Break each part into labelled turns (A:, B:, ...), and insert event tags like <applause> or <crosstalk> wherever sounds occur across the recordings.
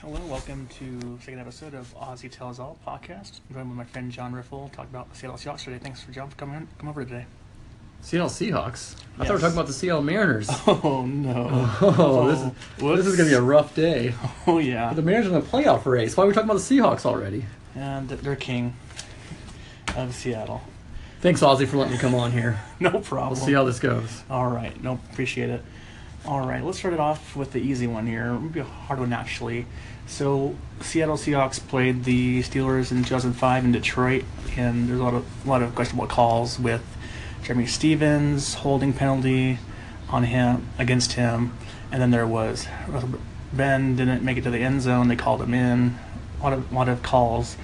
A: Hello, welcome to second episode of Aussie Tells All podcast. I'm joined with my friend John Riffle, talking about the Seattle Seahawks today. Thanks for John for coming come over
B: <laughs>
A: today.
B: Seattle Seahawks. I thought we were
A: Yes.
B: talking about the
A: <laughs>
B: Seattle Mariners.
A: Oh no!
B: Oh, this is
A: whoops.
B: this is gonna be a rough day.
A: oh yeah,
B: The <laughs> Mariners in the playoff race. Why are we talking about the Seahawks already?
A: and they're king of Seattle.
B: Thanks, Ozzy, for letting me come on here.
A: No problem.
B: We'll see how this goes.
A: All right, no, appreciate it. All right, let's start it off with the easy one here. It'll be a hard one actually. So Seattle Seahawks played the Steelers in 2005 in Detroit, and there's a lot of a lot of questionable calls with Jeremy Stevens holding penalty on him against him, and then there was Russell Ben didn't make it to the end zone. They called him in. A lot of lot of calls.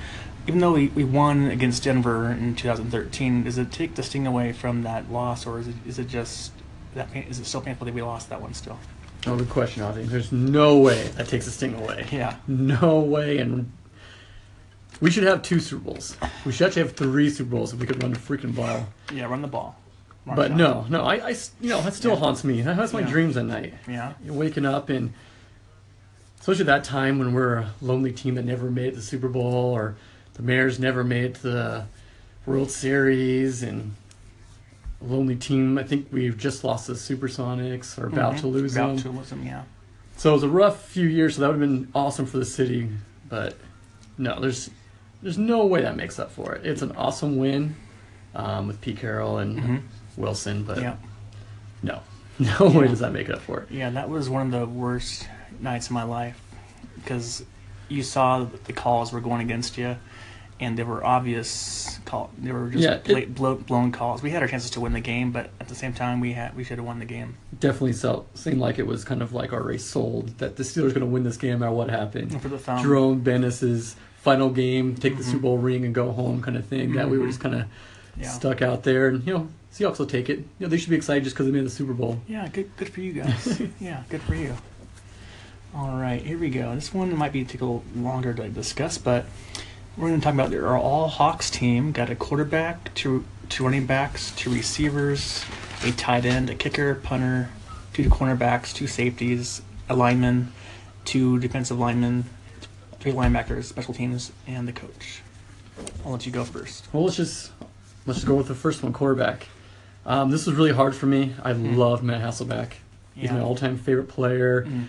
A: Even though we, we won against Denver in 2013, does it take the sting away from that loss, or is it is it just that pain, is it so painful that we lost that one still?
B: Oh, good question, Ozzy. There's no way that takes the sting away.
A: Yeah.
B: No way. And we should have two Super Bowls. We should actually have three Super Bowls if we could run the freaking ball.
A: Yeah, run the ball. Mark
B: But
A: down.
B: no, no, I, I s- you know, that still
A: Yeah.
B: haunts me. That haunts my
A: Yeah.
B: dreams at night.
A: Yeah.
B: You're waking up and especially that time when we're a lonely team that never made it to the Super Bowl or the Mariners never made it to the World Series and a lonely team. I think we've just lost the Supersonics or about to lose
A: Mm-hmm. About
B: them.
A: to lose them, yeah.
B: So it was a rough few years. So that would have been awesome for the city, but no, there's there's no way that makes up for it. It's an awesome win um, with Pete Carroll and
A: Mhm.
B: Wilson, but
A: Yeah.
B: no, <laughs> no way
A: Yeah.
B: does that make up for it.
A: Yeah, that was one of the worst nights of my life because you saw that the calls were going against you, and they were obvious call. They were just
B: Yeah, it-
A: bla- blow, blown calls. We had our chances to win the game, but at the same time, we had we should have won the game.
B: definitely felt seemed like it was kind of like already sold that the Steelers going to win this game no matter what happened.
A: And for the thumb,
B: Jerome Bennis's final game, take the
A: Mhm.
B: Super Bowl ring and go home kind of thing. That we were
A: Mhm.
B: just kind of
A: yeah,
B: stuck out there, and you know Seahawks will take it. You know they should be excited just because they made the Super Bowl.
A: yeah, good good for you
B: <laughs>
A: guys. yeah, good for you. All right, here we go. This one might be take a little longer to discuss, but we're going to talk about our all Hawks team got a quarterback, two two running backs, two receivers, a tight end, a kicker, punter, two cornerbacks, two safeties, a lineman, two defensive linemen, three linebackers, special teams, and the coach. I'll let you go first.
B: Well, let's just let's just go with the first one, quarterback. Um, this was really hard for me. I love Matt Hasselback. He's my all-time favorite player.
A: Hmm. Mm.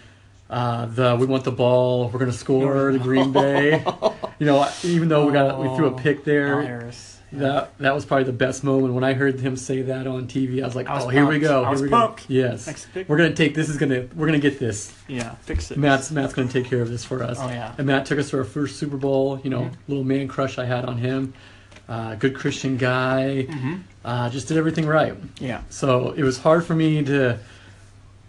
B: Uh, the we want the ball. We're gonna score. The
A: <laughs>
B: Green Bay. You know, even though we got we threw a pick
A: Al
B: there,
A: Harris. Yeah.
B: That that was probably the best moment when I heard him say that on TV. I was like,
A: I was
B: "Oh, here we
A: pumped.
B: go!
A: I
B: here
A: was
B: we go."
A: pumped.
B: Yes,
A: Next pick.
B: we're gonna take this. Is gonna we're gonna get this.
A: Yeah, fix it.
B: Matt's Matt's gonna take care of this for us.
A: Oh, yeah.
B: And Matt took us to our first Super Bowl. You know,
A: Mhm.
B: little man crush I had on him. Uh, good Christian guy.
A: hmm
B: Uh, just did everything right.
A: Yeah.
B: So it was hard for me to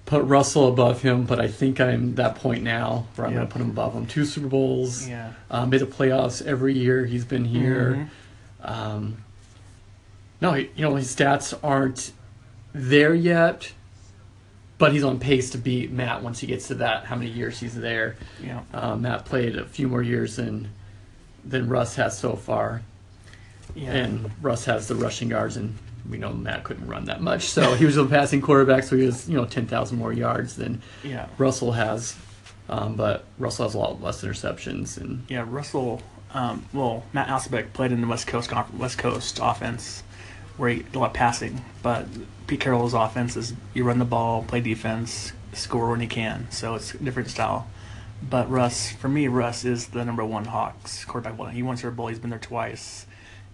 B: put Russell above him, but I think I'm that point now where I'm
A: Yeah.
B: gonna put him above him. Two Super Bowls.
A: Yeah. Mm-hmm.
B: Uh, made the playoffs every year. He's been here. Um, no, he- you know his stats aren't there yet, but he's on pace to beat Matt once he gets to that. How many years he's there?
A: Mhm. Yeah.
B: Uh, Matt played a few more years than than Russ has so far,
A: Yeah.
B: and Russ has the rushing yards, and we know Matt couldn't run that much, so he was a passing quarterback, so he has you know ten thousand more yards than
A: yeah.
B: Russell has. Um, but Russell has a lot less interceptions, and
A: Yeah. Russell. Um, well, Matt Asbeck played in the West Coast Conf- West Coast offense, where he, a lot of passing. But Pete Carroll's offense is you run the ball, play defense, score when you can. So it's a different style. But Russ, for me, Russ is the number one Hawks quarterback. Well, he won Super Bowl. He's been there twice,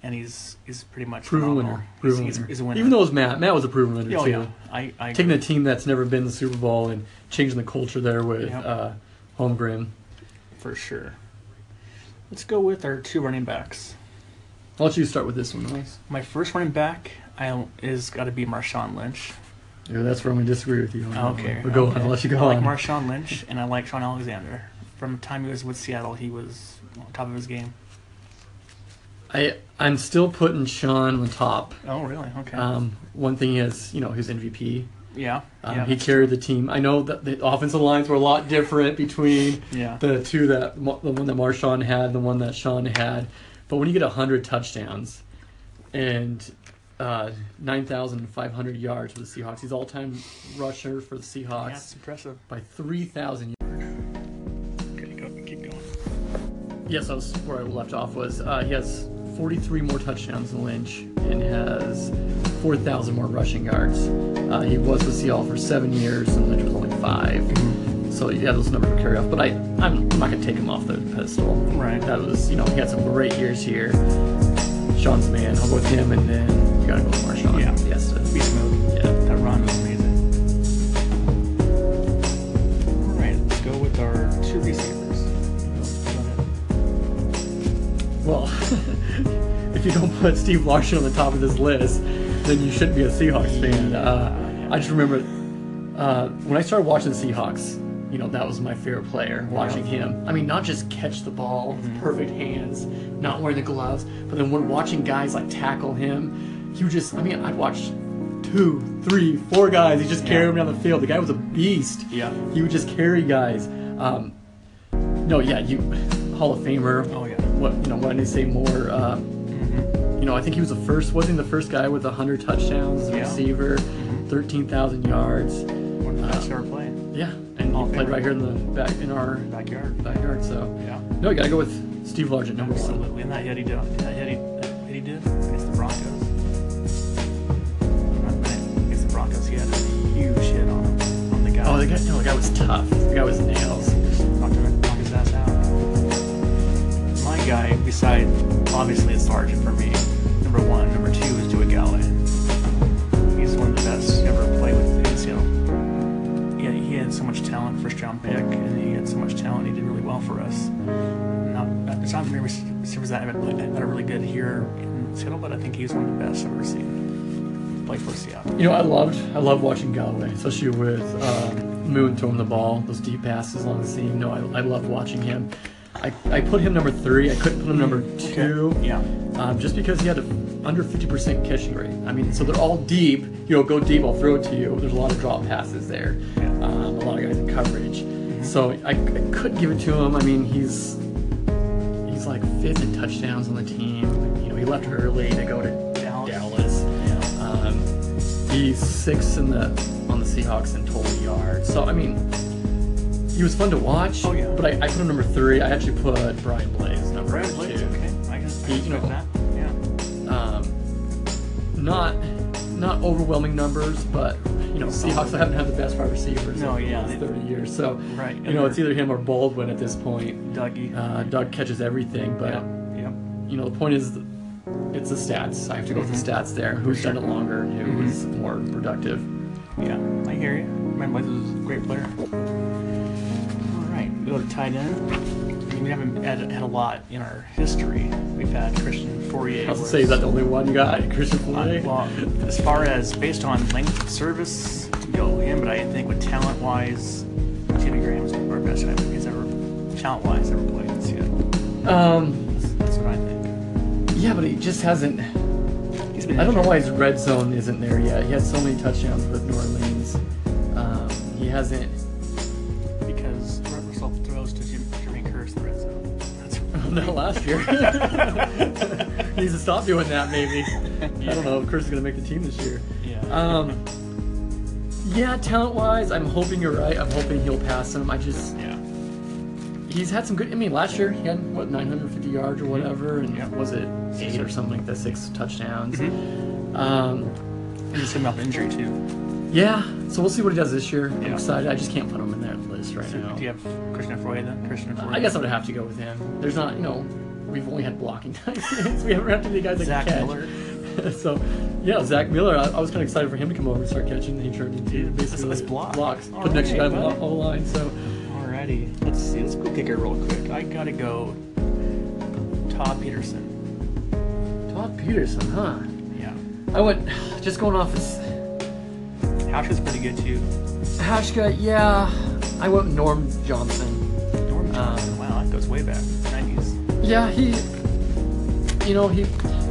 A: and he's he's pretty much
B: proven
A: phenomenal.
B: winner, proven
A: he's,
B: winner.
A: He's, he's a winner.
B: Even though it was Matt, Matt was a proven winner
A: oh,
B: too.
A: yeah, I, I
B: taking
A: agree.
B: a team that's never been in the Super Bowl and changing the culture there with
A: Yep.
B: uh, Holmgren.
A: for sure. Let's go with our two running backs.
B: I'll let you start with this one, Miles.
A: My first running back I, is got to be Marshawn Lynch.
B: Yeah, that's where I'm going to disagree with you. on that one.
A: Okay.
B: But go
A: okay.
B: on. I'll let you go
A: I like
B: on.
A: Marshawn Lynch and I like Sean Alexander. From the time he was with Seattle, he was on top of his game.
B: I, I'm still putting Sean on top.
A: Oh, really? Okay.
B: Um, one thing is, you know, his MVP.
A: yeah.
B: Um,
A: yeah.
B: he carried the team. I know that the offensive lines were a lot different between
A: yeah.
B: the two that the one that Marshawn had, the one that Sean had. But when you get hundred touchdowns and uh, nine thousand five hundred yards for the Seahawks, he's all-time rusher for the
A: yeah,
B: Seahawks
A: it's impressive.
B: by three thousand.
A: Okay, go, keep
B: yes, that was where I left off. Was uh, he has 43 more touchdowns than Lynch and has 4,000 more rushing yards. Uh, he was with Seattle for seven years, and Lynch was only 5
A: Mm-hmm.
B: So yeah, those numbers would carry off. But I, I'm not gonna take him off the pedestal.
A: Right.
B: That was, you know, he had some great years here. Sean's man. I'll go with him, and then you gotta go with Marshawn.
A: Yeah.
B: He has to-
A: Be smooth.
B: yeah.
A: That run was amazing. All right, let's go with our two receivers.
B: Well, <laughs> if you don't put Steve Larson on the top of this list, then you shouldn't be a Seahawks fan. Uh, I just remember uh, when I started watching the Seahawks, you know, that was my favorite player, watching him. I mean, not just catch the ball with perfect hands, not wearing the gloves, but then when watching guys like tackle him, he would just, I mean, I'd watch two, three, four guys. He just carried him down the field. The guy was a beast.
A: Yeah.
B: He would just carry guys. Um, no, yeah, you Hall of Famer.
A: Oh, yeah.
B: What you know? Why didn't they say more? Uh, You know, I think he was the first. Wasn't he the first guy with hundred touchdowns, as a
A: Yeah.
B: receiver, thirteen thousand yards.
A: One of the
B: Uh,
A: best ever played.
B: Yeah, and
A: Hall
B: he
A: of
B: played
A: Famer.
B: right here in the back in our
A: Backyard.
B: backyard. So
A: Yeah.
B: no, you gotta go with Steve Largent number one.
A: Absolutely. And that hit he did. That hit he, that hit he did against the Broncos. Not bad. Against the Broncos, he had a huge hit on him. On the guy.
B: Oh, the guy, no, the guy was tough. The guy was nails.
A: knocked him knocked his ass out. My guy, beside obviously it's Sergeant for me, number one. Number two is Joey Galloway. He's one of the best ever played with the ACL. Yeah, he had so much talent, first round pick, and he had so much talent. He did really well for us. Not at the time, receivers that haven't played that are really good here in Seattle, but I think he's one of the best I've ever seen play for Seattle.
B: You know, I loved I loved watching Galloway, especially with uh, Moon throwing the ball, those deep passes along the seam. No, I, I loved watching him. I, I put him number three. I couldn't put him number two,
A: Yeah.
B: um, just because he had a under 50% catching rate. I mean, so they're all deep. You know, go deep. I'll throw it to you. There's a lot of drop passes there.
A: Yeah.
B: Um, a lot of guys in coverage. So I, I couldn't give it to him. I mean, he's he's like fifth in touchdowns on the team. You know, he left early to go to
A: Dallas.
B: Dallas.
A: Yeah.
B: Um, he's six in the on the Seahawks in total yards. So I mean, he was fun to watch.
A: Oh, yeah.
B: But I, I put him number three. I actually put Brian Blaze number
A: Brad
B: two.
A: Blaze, okay. I guess I
B: He- you
A: can
B: know-
A: that. Yeah.
B: Um, not not overwhelming numbers, but you know Seahawks haven't had the best wide receivers
A: No,
B: in the
A: yeah,
B: last
A: they-
B: thirty years. So
A: Right,
B: you
A: and
B: know it's
A: they're-
B: either him or Baldwin at this point.
A: Dougie.
B: Uh, Doug catches everything, but
A: Yep. Yep.
B: you know, the point is, it's the stats. I have to go with the
A: Mm-hmm.
B: stats there. Who's done it longer? and Who was more productive?
A: Yeah. I hear you. Ryan Blaze is a great player. All right. We go to tight end. I mean, we haven't had, had a lot in our history. We've had Christian Fourier.
B: I was
A: where-
B: gonna say, is that the only one you got, <laughs> Christian Fourier?
A: well, as far as based on length of service, go him. But I think with talent wise, Jimmy Graham is our best tight end he's ever talent wise ever played in Seattle.
B: um,
A: That's, that's what I think.
B: yeah, but he just hasn't.
A: He's been.
B: I don't know
A: injured.
B: why his red zone isn't there yet. He had so many touchdowns with New Orleans. Um, he hasn't.
A: Because Russell throws to Jim, Jimmy Curse in the red zone. That's
B: <laughs> Not last
A: <laughs>
B: year. he needs to stop doing that, maybe. I don't know if Chris is gonna make the team this year.
A: Yeah.
B: Um, yeah, talent-wise, I'm hoping you're right. I'm hoping he'll pass him. I just.
A: yeah.
B: he's had some good. I mean, last year he had what 950 yards
A: Mm-hmm.
B: or whatever, and
A: Yep.
B: was it eight or something like that, six touchdowns.
A: Mm-hmm.
B: Um,
A: He's coming off injury too.
B: yeah, so we'll see what he does this year. I'm
A: Yeah.
B: excited. I just can't put him in that list right
A: So,
B: now.
A: Do you have Christian Freud then? Christian Freud.
B: Uh, I guess I would have to go with him. There's not, you know, we've only had blocking <laughs> times. we haven't had too many guys that
A: Zach
B: can
A: Miller.
B: catch. <laughs> so, yeah, Zach Miller. I, I was kind of excited for him to come over and start catching. He turned into
A: Yeah, that's-
B: basically
A: that's block.
B: blocks.
A: All
B: put an extra guy
A: right,
B: on the
A: buddy.
B: O line. So,
A: Alrighty. Let's see. Let's go kick it real quick. I gotta go. Todd Peterson.
B: Todd Peterson, huh?
A: Yeah.
B: I went <sighs> just going off his.
A: Hash is pretty good too.
B: Hashka, yeah. I went Norm Johnson.
A: Norm Johnson.
B: Um,
A: wow, that goes way back. Nineties.
B: Yeah, he. You know, he.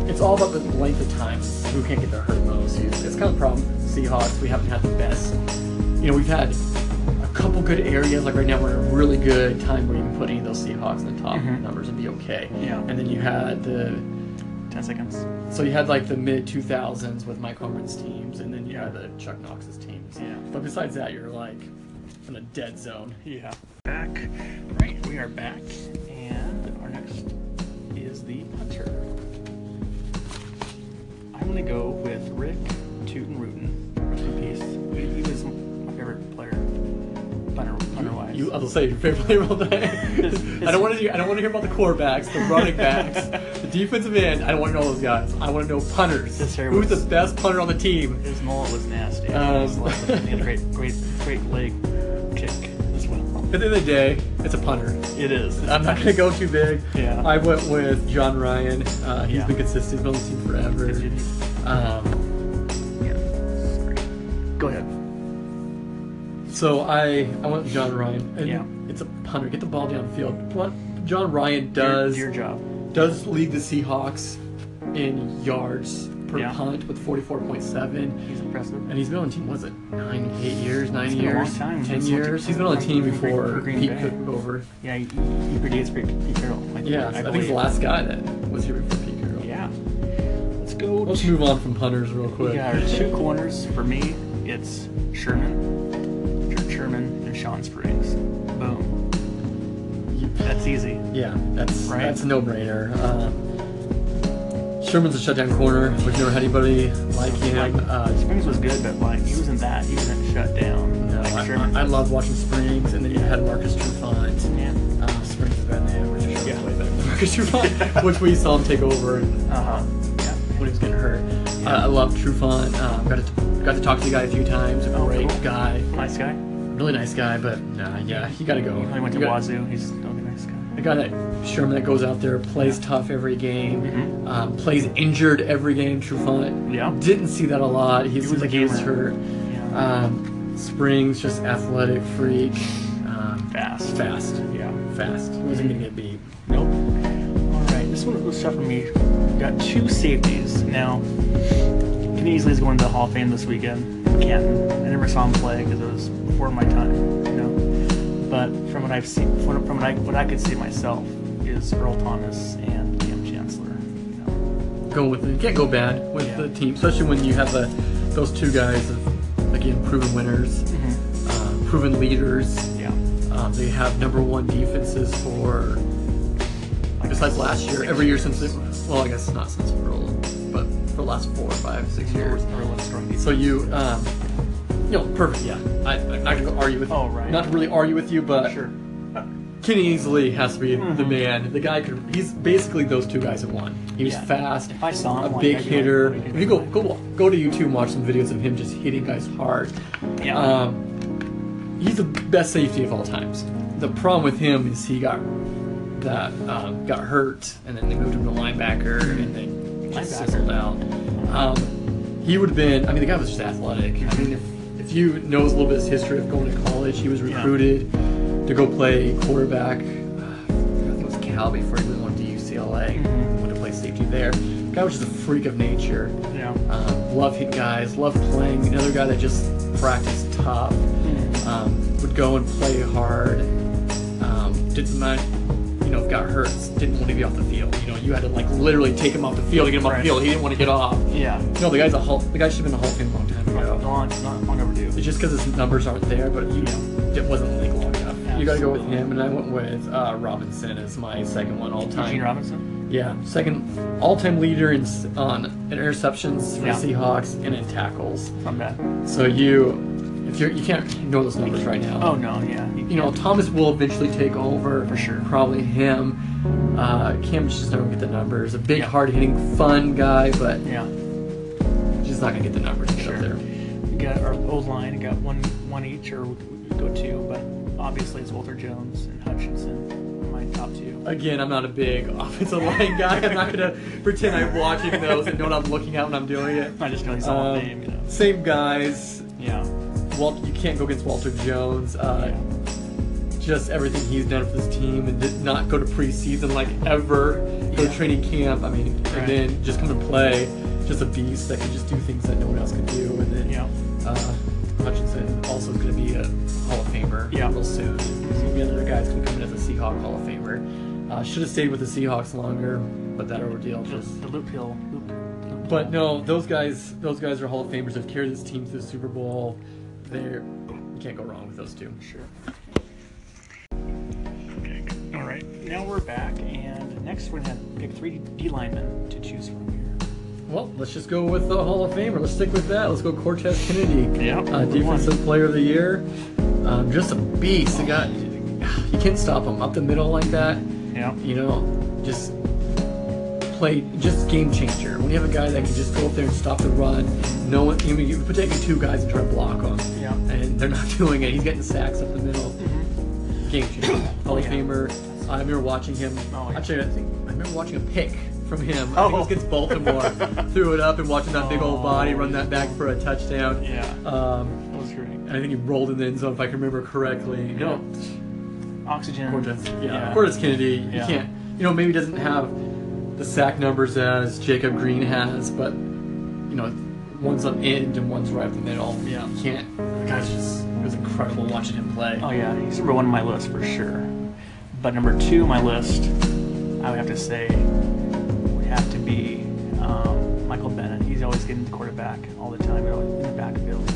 B: It's all about the length of time. Who can get their hurt most? He's, it's kind of a problem. Seahawks, we haven't had the best. You know, we've had a couple good areas. Like right now, we're in a really good time where you can put any of those Seahawks in the top
A: Mhm.
B: numbers and be okay.
A: Yeah.
B: And then you had the.
A: Ten seconds.
B: So you had like the mid 2000s with Mike Holmgren's teams, and then you had the Chuck Knox's teams.
A: Yeah.
B: But besides that, you're like in a dead zone.
A: Yeah. Back. Right. We are back, and our next is the punter. I'm gonna go with Rick Tootin' Rootin. Rest in peace. He, he was my favorite player, punter, punter wise.
B: You, I'll say your favorite player of
A: <laughs>
B: all time. I don't want to. I don't want to hear about the quarterbacks, the running backs, the defensive end. I don't want to know those guys. I want to know punters.
A: This here
B: Who's
A: was-
B: the best punter on the team?
A: His mullet was nasty.
B: Um,
A: It was like- he had a great, great, great leg kick as well.
B: At the end of the day, it's a punter.
A: It is.
B: I'm not gonna go too big.
A: Yeah.
B: I went with John Ryan. Uh, he's
A: Yeah.
B: been consistent. He's been on the team
A: Did you-
B: forever. Um,
A: yeah. Sorry. Go ahead.
B: so I I went with John Ryan. And
A: Yeah.
B: It's a punter. Get the ball downfield. What John Ryan does
A: your, your job?
B: does lead the Seahawks in yards per
A: Yeah.
B: punt with 44.7.
A: He's impressive.
B: And he's been on the team, what is it, nine, eight years, 9
A: It's been a
B: years,
A: long time.
B: ten
A: It's like-
B: years. He's been on the team
A: Green-
B: before
A: Green
B: Pete
A: Bay.
B: Cook took over.
A: Yeah, he, he predates Pete Pete Carroll. I think,
B: Yeah, I, think he's
A: believe.
B: the last guy that was here before Pete Carroll.
A: Yeah. Let's go.
B: Let's
A: to-
B: move on from punters real quick.
A: We got our two corners. For me, it's Sherman, Jer- Sherman, and Sean Springs. Boom. That's easy.
B: Yeah, that's
A: Right.
B: that's a no-brainer. Uh, Sherman's a shutdown corner. We've never had anybody like
A: Like,
B: him. Uh,
A: Springs was good, but like he wasn't that. He wasn't shut down.
B: no,
A: like
B: I,
A: Sherman.
B: I love watching Springs, and then you had Marcus Trufant.
A: yeah.
B: Uh, Springs is better than him, which is
A: Yeah.
B: way better than Marcus Trufant, which we saw him take over and,
A: Uh huh. Yeah.
B: when he was getting hurt. Uh, I love Trufant. Uh, got to got to talk to the guy a few times. A
A: Oh,
B: great
A: cool.
B: guy,
A: Nice guy.
B: really nice guy, but nah, yeah, he got to go.
A: He went to
B: You gotta-
A: Wazoo. He's still a nice guy.
B: A guy that Sherman that goes out there, plays tough every game,
A: Mhm.
B: um, plays injured every game. Trufant
A: Yeah.
B: didn't see that a lot. He,
A: was
B: seems
A: a
B: like he was
A: gamer.
B: hurt.
A: Yeah.
B: Um, Springs just athletic freak, um,
A: Fast.
B: fast,
A: Yeah.
B: fast. He wasn't gonna get beat.
A: Nope. All right, this one was tough for me. Got two safeties. Now, Kenny Easley's going to the Hall of Fame this weekend. Canton. I never saw him play because it was before my time, you know. But from what I've seen, from, from what, I, what I could see myself, is Earl Thomas and Cam Chancellor. you know.
B: Go with it. You can't go bad with
A: Yeah.
B: the team, especially when you have the those two guys of again proven winners, uh, proven leaders.
A: Yeah.
B: Um, they have number one defenses for
A: Like
B: besides last year, every year since
A: six
B: it, well, I guess not since Pearl, but for the last four, five, six
A: years,
B: years.
A: Earl was strong
B: So you, um, you know, perfect. Yeah, I, I, I can argue with.
A: Oh, right.
B: Not really argue with you, but
A: sure.
B: uh, Kenny Easley has to be the
A: Mhm.
B: man. The guy could. He's basically those two guys in one. He was
A: Yeah.
B: fast.
A: If I saw him,
B: a
A: like,
B: big
A: I'd be like,
B: hitter.
A: what are you
B: if you go
A: doing?
B: go go to YouTube and watch some videos of him just hitting guys hard.
A: Yeah.
B: Um, he's the best safety of all times. The problem with him is he got that um, got hurt, and then they moved him to linebacker, and then just
A: Linebacker.
B: fizzled out. Um, he would have been. I mean, the guy was just athletic. I mean, if, if you knows a little bit of his history of going to college, he was
A: Yeah.
B: recruited to go play quarterback. uh, I think it was Cal before he went to UCLA.
A: Mhm.
B: Went to play safety there. Guy was just a freak of nature.
A: Yeah.
B: Um, love hitting guys, love playing. Another guy that just practiced tough, um, would go and play hard. Um, didn't mind, you know, got hurt, didn't want to be off the field. You know, you had to like literally take him off the field to get him off
A: Right.
B: the field. He didn't want to get off.
A: Yeah.
B: No, the guy's a Hall, the guy should have been a Hall of Fame a long time
A: Not,
B: ago.
A: not, not long overdue.
B: It's just because his numbers aren't there, but you know, it wasn't like long enough. You gotta go with
A: Absolutely.
B: him, and I went with uh, Robinson as my second one all time.
A: Eugene Robinson.
B: Yeah, second all-time leader in s- on in interceptions for
A: Yeah.
B: the Seahawks and in tackles.
A: Not bad.
B: So you, if you you can't ignore those numbers right now.
A: Oh no, yeah.
B: You know Thomas will eventually take over
A: For sure.
B: Probably him. Uh, Cam's just never gonna get the numbers. A big,
A: Yeah.
B: hard-hitting, fun guy, but
A: Yeah.
B: just not gonna get the numbers to get
A: Sure.
B: up there.
A: We got our old line. We got one one each, or we could go two. But obviously, it's Walter Jones and Hutchinson. are My top two.
B: Again, I'm not a big offensive line guy. I'm not gonna pretend I'm watching those and know what I'm looking at when I'm doing it.
A: I just know he's all
B: Um,
A: name, you know.
B: Same guys.
A: Yeah.
B: Walt, you can't go against Walter Jones. Uh,
A: yeah.
B: Just everything he's done for this team, and did not go to preseason like ever. Go
A: Yeah.
B: to training camp. I mean,
A: Right.
B: and then just come and play. Just a beast that can just do things that no one else could do. And then
A: Yeah.
B: uh, Hutchinson also is going to be a Hall of Famer
A: Yeah.
B: real soon. So the other guy's going to come in as a Seahawk Hall of Famer. Uh, Should have stayed with the Seahawks longer, but that ordeal just
A: Just the loop hill. Loop, loop
B: but no, those guys, those guys are Hall of Famers. Have carried this team to the Super Bowl. They're you can't go wrong with those two.
A: Sure. Okay. All right. Now we're back, and next, we're going to pick three D linemen to choose from here.
B: Well, let's just go with the Hall of Famer. Let's stick with that. Let's go Cortez Kennedy.
A: Yeah,
B: Uh,
A: number one.
B: defensive Player of the Year. Um, just a beast. The guy, you can't stop him up the middle like that.
A: Yeah.
B: You know, just play, just game changer. When you have a guy that can just go up there and stop the run, no one, you mean, you're taking two guys and try to block him,
A: Yeah.
B: and they're not <laughs> doing it. He's getting sacks up the middle. Game
A: <coughs>
B: changer. Hall of
A: Yeah.
B: Famer. I remember watching him.
A: Oh, yeah.
B: Actually, I think I remember watching a pick from him. I think it
A: Oh.
B: was against Baltimore.
A: <laughs>
B: Threw it up and watching that big old body run that back for a touchdown.
A: Yeah.
B: Um,
A: That was great.
B: and I think he rolled in the end zone if I can remember correctly. No,
A: Oxygen.
B: Cortez. Yeah,
A: Yeah.
B: Cortez Kennedy. You
A: Yeah.
B: can't. You know, maybe doesn't have the sack numbers as Jacob Green has, but you know, one's on end and one's right up the middle.
A: Yeah.
B: you can't. The guy's just it was incredible watching him play.
A: Oh yeah, he's number one on my list for sure. But number two on my list, I would have to say, would have to be um, Michael Bennett. He's always getting the quarterback all the time, you know, in the backfield.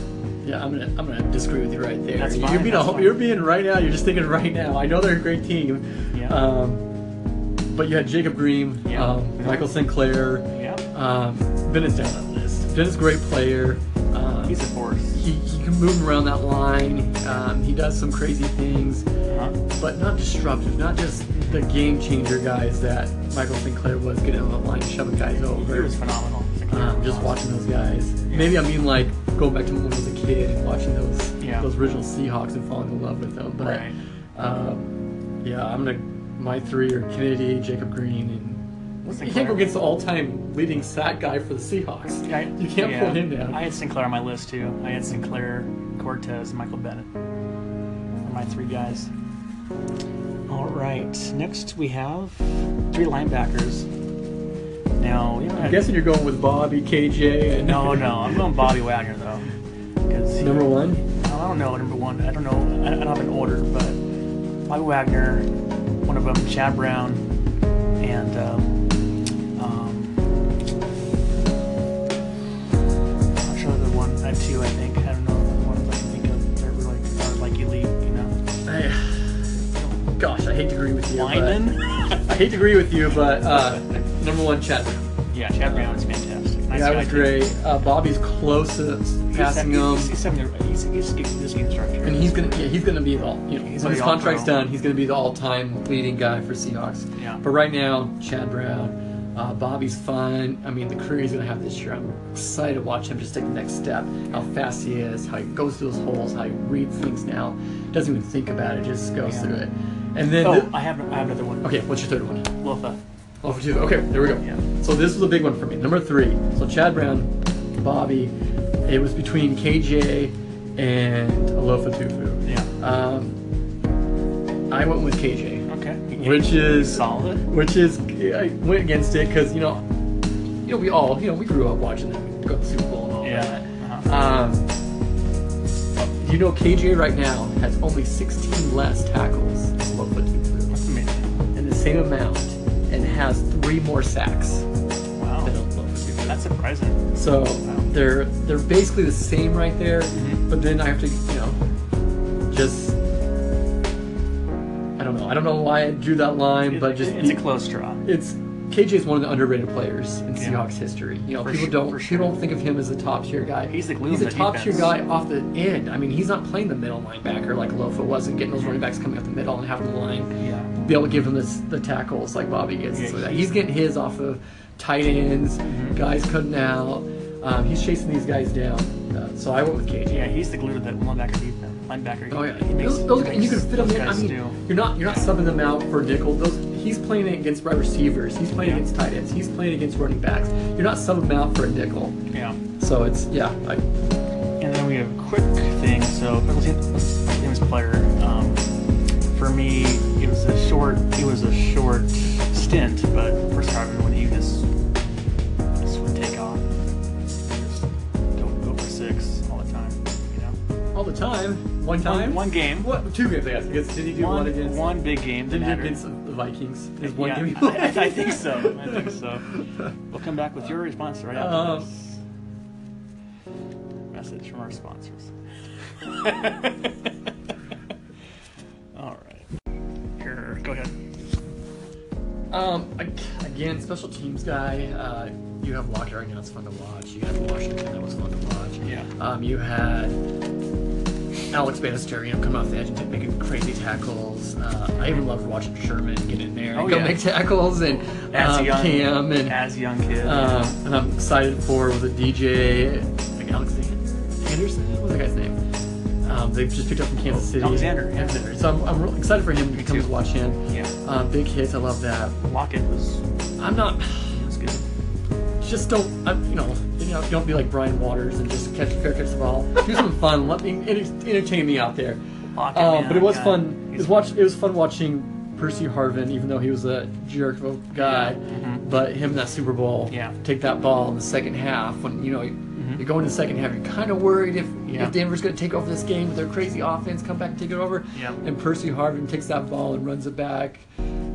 B: Yeah, I'm gonna I'm gonna disagree with you right there.
A: That's fine,
B: You're being a
A: that's
B: whole-
A: fine.
B: you're being right now. You're just thinking right now. I know they're a great team.
A: Yeah.
B: Um, but you had Jacob Green,
A: Yeah.
B: um, Michael Sinclair.
A: Yeah,
B: Um, Bennett's down that list. Bennett's a great player. Um,
A: he's a force.
B: he, he can move around that line. Um, he does some crazy things,
A: Huh?
B: but not disruptive. Not just the game changer guys that Michael Sinclair was getting on the line, shoving guys
A: He
B: over.
A: was phenomenal.
B: Um, just watching those guys. Maybe I mean like going back to when I was a kid and watching those
A: Yeah.
B: those original Seahawks and falling in love with them. But
A: Right.
B: um, yeah, I'm gonna my three are Kennedy, Jacob Green, and
A: What's
B: you
A: the
B: can't go
A: player?
B: against the all-time leading sack guy for the Seahawks.
A: I-
B: You can't
A: yeah.
B: pull him down.
A: I had Sinclair on my list too. I had Sinclair, Cortez, and Michael Bennett. Are my three guys. All right. Next we have three linebackers. Now, yeah,
B: I'm guessing you're going with Bobby, KJ, and
A: No, no, I'm going Bobby Wagner though. 'Cause
B: <laughs> number one.
A: I don't know number one. I don't know. I I don't have an order, but Bobby Wagner, one of them, Chad Brown, and um, um, I'm sure the one I have two. I think I don't know the ones I can think of that were like are like elite. You know,
B: I- gosh, I hate to agree with you. but-
A: Lyman.
B: <laughs> I hate to agree with you, but uh, number one, Chad.
A: yeah, Chad Brown is fantastic. Nice
B: that
A: guy,
B: was
A: too.
B: great. Uh, Bobby's closest
A: He's
B: passing him,
A: He's, he's, having a- he's, he's, he's the instructor.
B: and he's gonna yeah, he's gonna be the all, you know
A: He's gonna
B: when his
A: be all-pro.
B: contract's done, he's gonna be the all-time leading guy for Seahawks.
A: Yeah.
B: But right now, Chad Brown, uh, Bobby's fun. I mean, the career he's gonna have this year, I'm excited to watch him just take the next step. How fast he is, how he goes through those holes, how he reads things now, doesn't even think about it, just goes
A: Yeah.
B: through it. And then,
A: Oh, I have I have another one.
B: okay, what's your third one?
A: Lofa.
B: Oh, for two. Okay, there we go.
A: Yeah.
B: So this was a big one for me. Number three. So Chad Brown, Bobby. It was between KJ and Alofa Tufu.
A: Yeah.
B: Um, I went with KJ,
A: Okay.
B: which is
A: Solid.
B: which is I went against it because you know, you know we all you know we grew up watching them go to the Super Bowl and all
A: Yeah.
B: that. Um, you know KJ right now has only 16 less tackles than Alofa Tufu
A: That's amazing.
B: in the same amount and has three more sacks.
A: Wow.
B: than Alofa Tufu.
A: That's surprising.
B: So they're they're basically the same right there,
A: Mhm.
B: but then I have to you know just I don't know I don't know why I drew that line,
A: It-
B: but just
A: it's a close draw.
B: it's KJ is one of the underrated players in
A: Yeah.
B: Seahawks history. You know
A: For
B: people
A: sure-
B: don't
A: for sure.
B: people don't think of him as a top tier guy.
A: He's the glue
B: He's
A: in
B: a
A: the
B: top tier
A: defense.
B: guy off the end. I mean he's not playing the middle linebacker like Lofa was and getting those running backs coming up the middle and having the line
A: Yeah.
B: be able to give him this, the tackles like Bobby gets.
A: Yeah, Mm-hmm.
B: so that
A: he-
B: he's getting his off of tight ends, guys cutting out. Um, he's chasing these guys down. Uh, so I went with KJ.
A: Yeah, he's the glue to that linebacker defense. Linebacker.
B: Oh yeah,
A: He makes,
B: those, those,
A: he
B: and you can
A: makes
B: fit them
A: those
B: in. I
A: guys
B: mean,
A: do.
B: you're not you're not subbing them out for nickel. Those he's playing it against wide receivers. He's playing
A: Yeah.
B: against tight ends. He's playing against running backs. You're not subbing them out for a nickel.
A: Yeah.
B: So it's yeah, I,
A: And then we have a quick thing. So, let's see- let's see this player. Um, for me, it was a short. It was a short stint, but first Harvin, when he just just would take off, just don't go for six all the time. You know,
B: all the time. One
A: One-
B: time.
A: one game.
B: What two games? I guess. Against, did he do one,
A: one
B: against?
A: one big game that
B: Did he do
A: mattered.
B: against the Vikings? Is one
A: Yeah,
B: <laughs> game? he
A: I, I- I think
B: played?
A: so. I think so. We'll come back with your response right after
B: Um,
A: this message from our sponsors. <laughs>
B: <laughs>
A: All right. Here, go ahead.
B: Um, ag- again, special teams guy. Uh, you have Lockyer right now. It's fun to watch. You had Washington. That was fun to watch.
A: Yeah.
B: Um, you had Alex Bannister, you know, come off the edge and t- making crazy tackles. Uh, I even loved watching Sherman get in there and
A: Oh,
B: go
A: yeah.
B: make tackles and
A: As
B: um,
A: a young
B: Cam and
A: as a young kid.
B: um, and I'm excited for was it DJ like Alex Anderson? What was the guy's name? Um, they just picked up from Kansas City.
A: Alexander, yeah.
B: Alexander. So I'm, I'm real excited for him to come
A: too.
B: to watch him.
A: yeah,
B: Um, big hits. I love that.
A: Lockett was
B: I'm not.
A: was good.
B: Just don't. I'm, you know. You know. Don't be like Brian Waters and just catch fair catch the ball.
A: <laughs>
B: Do something fun. Let me enter- entertain me out there.
A: Lockett,
B: Um,
A: man,
B: but it was
A: God.
B: fun. It
A: He's
B: was watch. It was fun watching Percy Harvin, even though he was a jerk of a guy. But him in that Super Bowl,
A: mm-hmm. Yeah. Mm-hmm.
B: take that ball in the second half when you know you- you're going to the second half. You're kind of worried if
A: Yeah.
B: if Denver's going to take over this game with their crazy offense, come back and take it over.
A: Yeah.
B: And Percy Harvin takes that ball and runs it back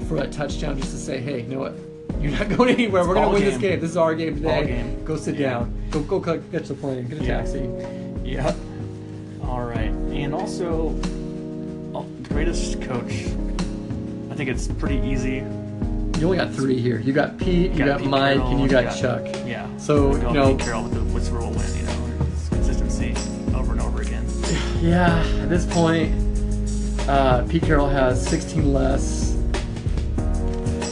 B: for that touchdown, just to say, hey, you know what? You're not <laughs> going anywhere. We're going
A: Ball
B: to win this
A: game.
B: game. This is our game
A: Ball
B: today.
A: game.
B: Go sit
A: Yeah.
B: down. Go go c- catch the plane. Get a
A: Yeah.
B: taxi.
A: Yeah. All right. And also, oh, greatest coach. I think it's pretty easy.
B: You only got three here. You got Pete, you
A: Got
B: got,
A: Pete
B: Mike,
A: Carroll,
B: and you got
A: yeah.
B: Chuck.
A: Yeah.
B: So,
A: We're going
B: you know-
A: Pete Carroll with the with the rule win. You know, it's consistency over and over again.
B: Yeah, at this point, uh, Pete Carroll has 16 less.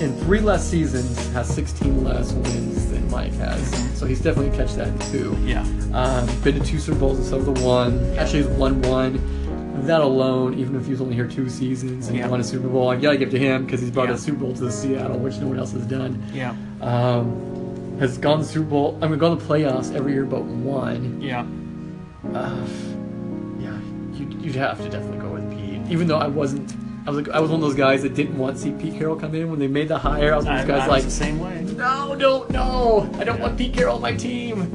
B: In three less seasons, has 16 less wins than Mike has. So he's definitely catch that in two.
A: Yeah.
B: Um, been to two Super Bowls instead of the one. Actually, he's won one. That alone, even if he was only here two seasons and
A: Yeah.
B: he won a Super Bowl, I gotta give it to him because he's brought
A: Yeah.
B: a Super Bowl to Seattle, which no one else has done.
A: Yeah.
B: Um, has gone to Super Bowl. I mean, gone to playoffs every year but one.
A: Yeah.
B: Uh, yeah, you'd, you'd have to definitely go with Pete. Even though I wasn't, I was like, I was one of those guys that didn't want to see Pete Carroll come in when they made the hire. I was one
A: I,
B: of
A: I
B: those guys
A: was
B: like,
A: the same way.
B: no, no, no, I don't
A: Yeah.
B: want Pete Carroll on my team.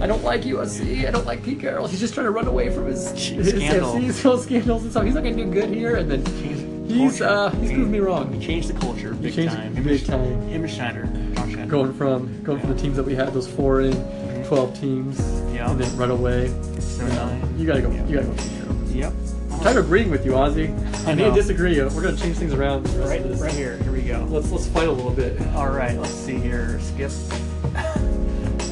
B: I don't like USC. I don't like Pete Carroll. He's just trying to run away from his his
A: Scandal.
B: FC's little scandals and stuff. He's not gonna do good here. And then he's
A: Culture.
B: uh, he's
A: He-
B: proved me
A: He
B: wrong.
A: changed the culture big
B: changed it
A: time.
B: big
A: Him and-
B: time.
A: Him and Schneider. John Schneider.
B: Going from going from the teams that we had, those four in, twelve teams,
A: Yeah.
B: and then right away,
A: Seven, nine.
B: you gotta go.
A: Yeah.
B: You gotta go. Pete Carroll.
A: Yep.
B: I'm tired of agreeing with you, Ozzy.
A: I
B: I need to
A: know.
B: disagree. We're gonna change things around. the rest
A: Right,
B: of this.
A: right here. Here we go.
B: Let's let's fight a little bit.
A: All right, let's see here. Skip.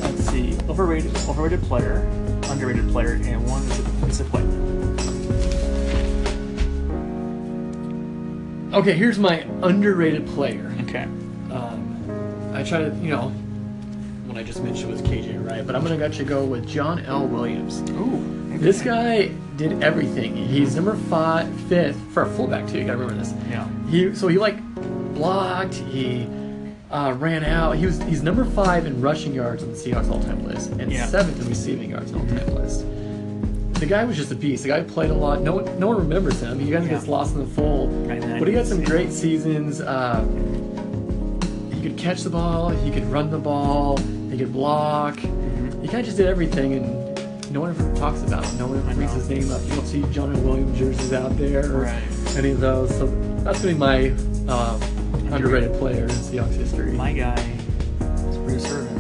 A: let's see. Overrated, overrated player, underrated player, and one disappointment.
B: Okay, here's my underrated player.
A: Okay.
B: Um, I try to, you know, what I just mentioned was KJ Wright, but I'm gonna actually go with John L. Williams.
A: Ooh.
B: This guy did everything. He's number five, fifth for a fullback too. You gotta remember this.
A: Yeah.
B: He so he like blocked. He uh, ran out. He was he's number five in rushing yards on the Seahawks all-time list, and
A: Yeah.
B: seventh in receiving yards all-time list. The guy was just a beast. The guy played a lot. No one, no one remembers him. He kind of
A: Yeah.
B: gets lost in the fold.
A: Right, and I
B: but he had
A: didn't see
B: some great seasons. Uh, he could catch the ball. He could run the ball. He could block. He kind of just did everything, and no one ever talks about him. No one
A: I
B: ever brings
A: know.
B: his name up. You don't see John and William jerseys out there or
A: Right.
B: any of those. So that's gonna be my um, underrated player in Seahawks history.
A: My guy is Bruce Irvin,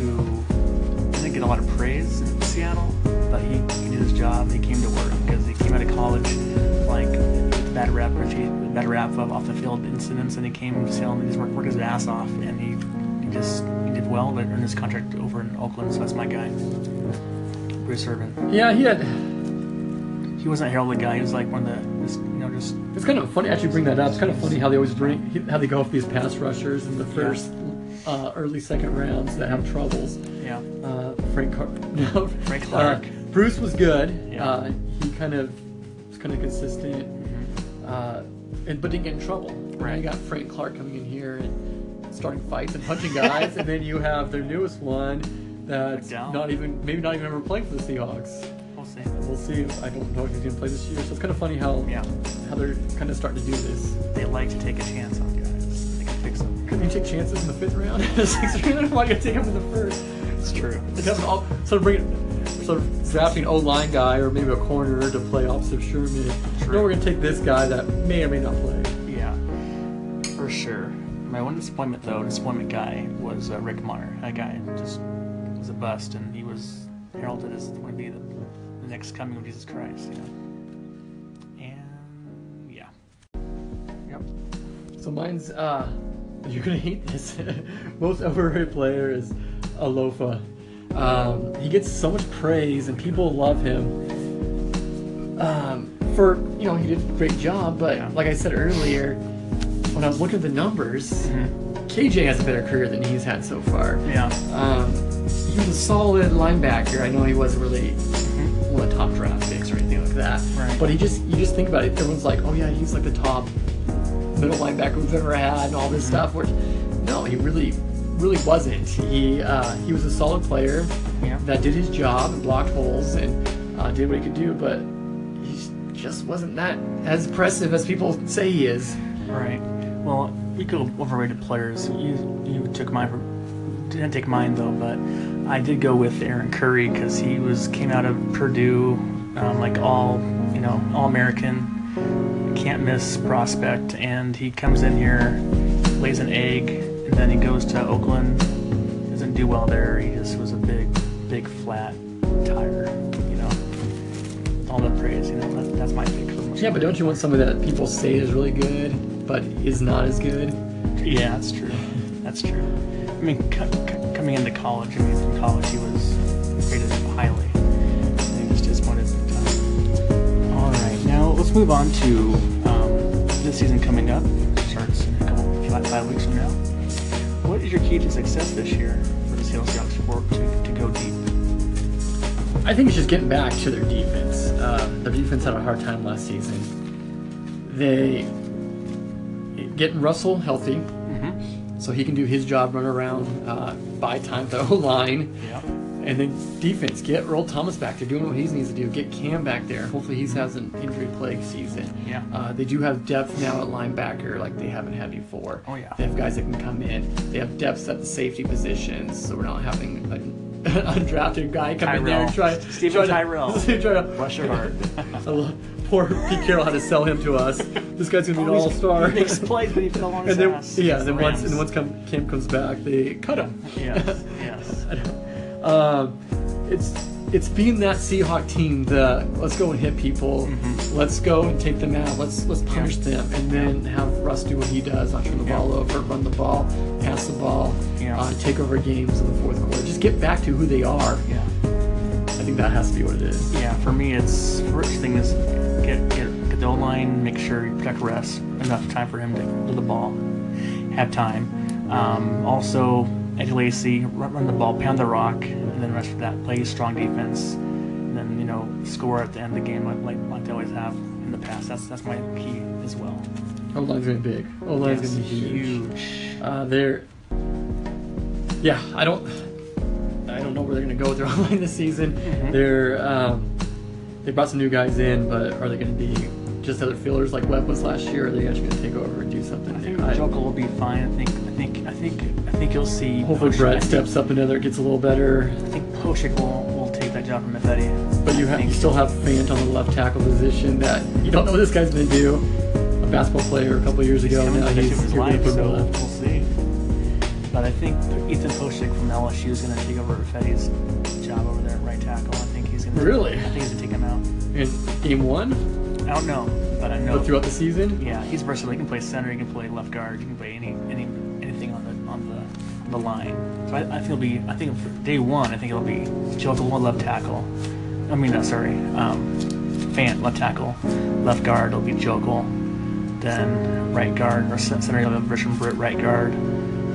A: who didn't get a lot of praise in Seattle, but he, he did his job. He came to work because he came out of college like with bad rap, actually, bad rap of off the field incidents, and he came to Seattle and he just worked, worked his ass off, and he, he just he did well. They earned his contract over in Oakland, so that's my guy, Bruce Irvin.
B: yeah, he had.
A: He wasn't a heralded guy. He was like one of the just, you know just
B: It's kind of funny. Actually, bring that up. It's kind of funny how they always bring how they go off these pass rushers in the first, uh, early second rounds that have troubles.
A: yeah
B: Uh, Frank Car-
A: <laughs>
B: no,
A: Frank
B: uh,
A: Clark.
B: Bruce was good.
A: Yeah.
B: Uh, he kind of was kind of consistent, uh, and, but didn't get in trouble. And then
A: Right.
B: you got Frank Clark coming in here and starting fights and punching guys, and then you have their newest one that's
A: McDowell.
B: not even maybe not even ever playing for the Seahawks.
A: we'll see
B: We'll see. I don't know if he's gonna play this year. So it's kind of funny how
A: yeah
B: how they're kind of starting to do this.
A: they like to take a chance on guys. They can fix them.
B: Couldn't you take chances in the fifth round, <laughs> the sixth round? Why you gotta take them in the first?
A: It's true.
B: It doesn't all, sort of bring sort of drafting O line guy or maybe a corner to play opposite of Sherman.
A: True.
B: No, we're gonna take this guy that may or may not play.
A: Yeah, for sure. My one disappointment, though, disappointment guy was uh, Rick Meyer. That guy just was a bust, and he was heralded as going to be the, the next coming of Jesus Christ. You know. And yeah. Yep.
B: So mine's uh, <laughs> You're gonna hate this. <laughs> Most overrated player is Alofa. Um, he gets so much praise and people love him. Um, for you know, he did a great job, but
A: Yeah.
B: like I said earlier, when I was looking at the numbers,
A: Mm-hmm.
B: KJ has a better career than he's had so far.
A: Yeah.
B: Um, he was a solid linebacker. I know he wasn't really one of the top draft picks or anything like that.
A: Right.
B: But he just you just think about it. Everyone's like, oh yeah, he's like the top middle linebacker we've ever had and all this stuff. Which no, he really really wasn't. He uh, he was a solid player
A: Yeah.
B: that did his job and blocked holes and uh, did what he could do, but he just wasn't that as impressive as people say he is.
A: Right. Well, we go overrated players. You you took my didn't take mine though, but I did go with Aaron Curry because he was came out of Purdue, um, like all you know all American, can't miss prospect, and he comes in here, lays an egg, and then he goes to Oakland, doesn't do well there. He just was a big big flat tire, you know. All the praise, you know. That, that's my pick. For
B: Yeah, but don't you want somebody that people say is really good, but is not as good?
A: Yeah, that's true. That's true. I mean, c- c- coming into college, I mean, in college he was rated highly. He just disappointed at the time. All right, now let's move on to um, this season coming up. Starts in a couple, five, five weeks from now. What is your key to success this year for the Seattle Seahawks for to, to go deep?
B: I think it's just getting back to their defense. Um, their defense had a hard time last season. They getting Russell healthy,
A: Mm-hmm.
B: so he can do his job, run around, uh, buy time <laughs> to O line,
A: Yeah.
B: and then defense. Get Earl Thomas back. They're doing what he needs to do. Get Cam back there. Hopefully, he has an injury plague season.
A: Yeah.
B: Uh, they do have depth now at linebacker, like they haven't had before.
A: Oh, yeah.
B: They have guys that can come in. They have depth at the safety positions, so we're not having an <laughs> undrafted guy come in there and
A: Tyrell. <laughs>
B: try,
A: Steven
B: try to-
A: Tyrell.
B: <laughs> try to
A: Bless your heart.
B: <laughs> I love- Poor Pete Carroll had to sell him to us. This guy's gonna be an
A: Always
B: all star.
A: <laughs> makes plays, but he fell on his
B: <laughs> and then,
A: ass.
B: yeah,
A: It's
B: then
A: the
B: once and
A: Rams.
B: once come, Cam comes back, they cut him.
A: <laughs>
B: <laughs>
A: Yes. Yes. <laughs>
B: I don't- um, it's it's being that Seahawk team. The let's go and hit people. Let's go and take them out. Let's let's punish them, and then have Russ do what he does: not turn the
A: Yeah.
B: ball over, run the ball, pass the ball,
A: Yeah.
B: uh, take over games in the fourth quarter. Just get back to who they are.
A: Yeah.
B: I think that has to be what it is.
A: Yeah, for me, it's first thing is get get, get the O line, make sure you protect Russ enough time for him to get the ball, have time. Um, also, Eddie Lacy run, run the ball, pound the rock, and then rest of that play strong defense, and then you know score at the end of the game like like, like they always have in the past. That's that's my key as well.
B: O line's gonna be big. O line's
A: Yes,
B: gonna be huge.
A: huge.
B: Uh, they're yeah. I don't I don't know where they're gonna go with their <laughs> online this season.
A: Mm-hmm.
B: They're um, they brought some new guys in, but are they gonna be just other fillers like Webb was last year? Or are they actually gonna take over and do something?
A: I think
B: new? I-
A: Jokel will be fine. I think I think I think I think you'll see.
B: hopefully
A: Poshek- I
B: Brett
A: think-
B: steps up another, gets a little better.
A: I think Poshik will, will take that job from Methedi.
B: But you
A: I
B: have you
A: think
B: still have Fant on the left tackle position that you don't know what this guy's gonna do. A basketball player a couple years
A: He's
B: ago,
A: coming
B: now
A: to
B: he's
A: his
B: you're gonna
A: life,
B: put him
A: so
B: left.
A: we'll see. But I think Ethan Poshik from LSU is going to take over Fetty's job over there at right tackle. I think he's going to
B: Really?
A: I think he's going to take him out.
B: in game one,
A: I don't know, but I know.
B: but throughout the season.
A: yeah, he's versatile. He can play center. He can play left guard. He can play any any anything on the on the on the line. So I, I think it'll be. I think for day one, I think it'll be Jokel one left tackle. I mean, no, sorry, um, Fant left tackle, left guard. It'll be Jokel, then right guard or cen- center. You'll have Christian Britt right guard.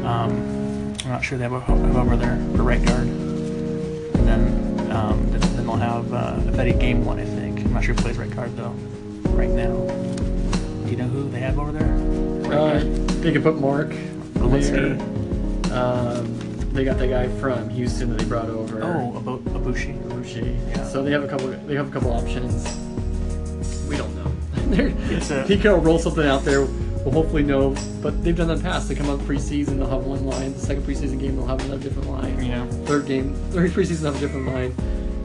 A: Um, I'm not sure they have a have over there for right guard. And then um, then, then they'll have uh, Fetty game one. I think. I'm not sure who plays right guard though. Right now. Do you know who they have over there?
B: Uh, they could put Mark.
A: Gillespie.
B: there. Um, they got that guy from Houston that they brought over.
A: Oh, Abo- Abushi.
B: Bushi.
A: Yeah.
B: So they have a couple. They have a couple options. We don't know. <laughs> They're-
A: It's a-
B: PK will roll something out there. We'll hopefully know. But they've done that in the past. They come out preseason, they'll have one line. The second preseason game, they'll have another different line.
A: Yeah.
B: Third game, third preseason, they'll have a different line.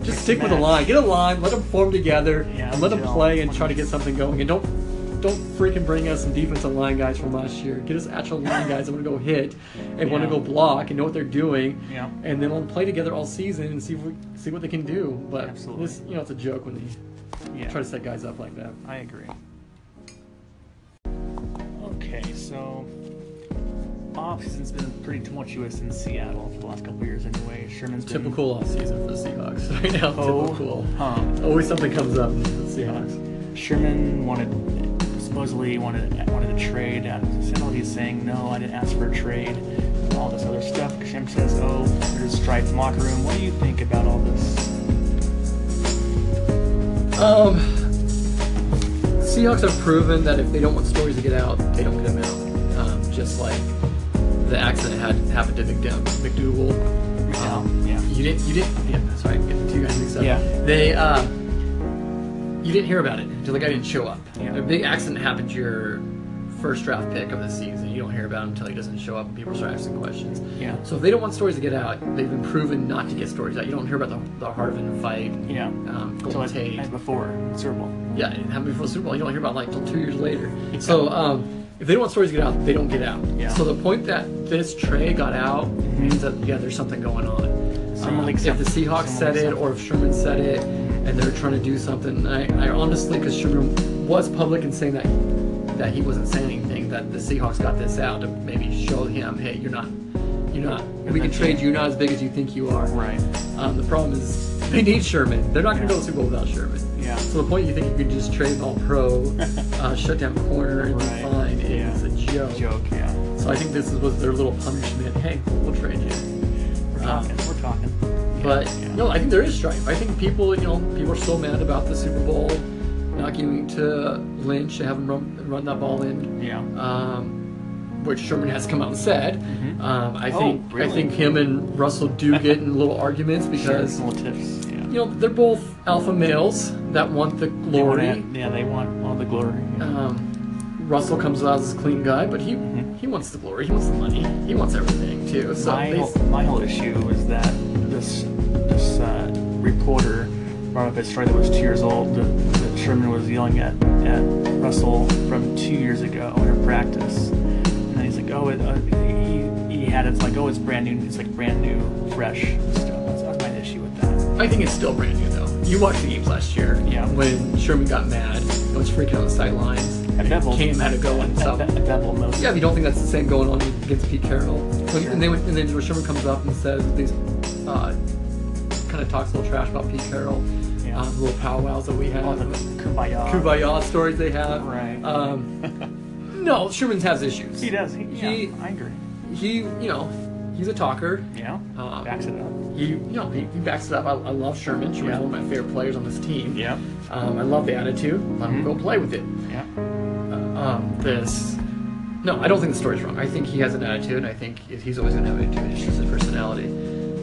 B: Just stick with a
A: match.
B: line. Get a line. Let them form together.
A: Yeah,
B: and let them
A: gel.
B: play and try to get something going. And don't. Don't freaking bring us some defensive line guys from last year. Get us actual line guys that want to go hit and want to
A: Yeah.
B: go block and know what they're doing
A: Yeah.
B: and then we'll play together all season and see if we see what they can do. But
A: Absolutely.
B: this, you know, it's a joke when they
A: Yeah.
B: try to set guys up like that.
A: I agree. Okay, so offseason's been pretty tumultuous in Seattle for the last couple years, anyway. Sherman's been
B: Typical off season for the Seahawks <laughs> right now.
A: Oh,
B: Typical.
A: huh.
B: Always something comes up for the Seahawks.
A: Sherman wanted supposedly wanted wanted a trade. Uh, Sineldy's saying no, I didn't ask for a trade. and All this other stuff. Shem says, oh, there's strife in the locker room. What do you think about all this?
B: Um, Seahawks have proven that if they don't want stories to get out, they don't get them out. Um, just like the accident had happened to McDou- McDougal. Um,
A: yeah.
B: You didn't. You didn't. Yeah, sorry, I'm getting two guys mixed up.
A: Yeah.
B: They. Uh, you didn't hear about it. Just like I didn't show up.
A: Yeah.
B: A big accident happened to your first draft pick of the season. You don't hear about him until he doesn't show up and people start asking questions.
A: Yeah.
B: So if they don't want stories to get out, they've been proven not to get stories out. You don't hear about the, the Harvin fight,
A: Yeah.
B: um,
A: So
B: Golden
A: like,
B: Tate.
A: night before Super Bowl.
B: Yeah, it happened before the Super Bowl. You don't hear about it, like till two years later. So um, if they don't want stories to get out, they don't get out.
A: Yeah.
B: So the point that this trade got out means that yeah, there's something going on.
A: Someone
B: Um,
A: leaked
B: if the
A: something.
B: Seahawks
A: Someone
B: said
A: leaked
B: it or if Sherman said it, and they're trying to do something, I, I honestly, because Sherman was public in saying that that he wasn't saying anything, that the Seahawks got this out to maybe show him, hey, you're not, you're not, we can
A: that's
B: trade
A: it.
B: you, you're not as big as you think you are.
A: Right.
B: Um, the problem is they need Sherman. They're not going to
A: Yeah.
B: go to the Super Bowl without Sherman.
A: Yeah.
B: So the point you think you could just trade all
A: <laughs>
B: pro, uh, shut down corner, and
A: Right.
B: be fine
A: Yeah.
B: is a joke.
A: Joke. Yeah.
B: So I think this was their little punishment. Hey, we'll trade you.
A: We're
B: Uh,
A: talking. we're talking.
B: But
A: Yeah.
B: no, I think there is strife. I think people, you know, people are so mad about the Super Bowl, not giving it to Lynch and have him run, run that ball in,
A: Yeah.
B: um, which Sherman has come out and said. Um, I
A: Oh,
B: think I
A: really?
B: think him and
A: <laughs>
B: Russell do get in little arguments because
A: Personal tips. Yeah.
B: you know they're both alpha males that want the
A: They want
B: glory.
A: that- yeah, they want all the glory.
B: Uh,
A: Yeah.
B: Um, Russell comes out as a clean guy, but he
A: Mm-hmm.
B: he wants the glory, he wants the money, he wants everything too. So
A: my,
B: they-
A: whole, my whole issue was that this this uh, reporter brought up a story that was two years old that, that Sherman was yelling at, at Russell from two years ago in practice, and then he's like, oh, it, uh, he, he had it's like oh it's brand new, it's like brand new, fresh stuff. That's, that's my issue with that.
B: I think it's still brand new though. You watched the games last year,
A: Yeah.
B: When Sherman got mad, and was freaking out on the sidelines,
A: At Bevel,
B: came had a go and
A: at, <laughs>
B: stuff.
A: Be- at Bevel, most
B: Yeah, if you don't think that's the same going on against Pete Carroll, So-
A: Sure.
B: and then when- and then Sherman comes up and says these uh, kind of talks a little trash about Pete Carroll,
A: Yeah.
B: um, little powwows that we have.
A: all Oh, the kumbaya.
B: Kumbaya stories they have.
A: Right.
B: Um,
A: <laughs>
B: no, Sherman has issues.
A: He does. He,
B: He-
A: yeah, I agree.
B: He, you know, he's a talker.
A: Yeah,
B: Um,
A: backs it up.
B: He, you know, he, he backs it up. I, I love Sherman. Sherman's
A: Yeah.
B: one of my favorite players on this team.
A: Yeah, Mm-hmm.
B: Um, I love the attitude. Let him go play with it.
A: yeah.
B: Um, this. No, I don't think the story's wrong. I think he has an attitude. I think if he's always going to have attitude issues and personality.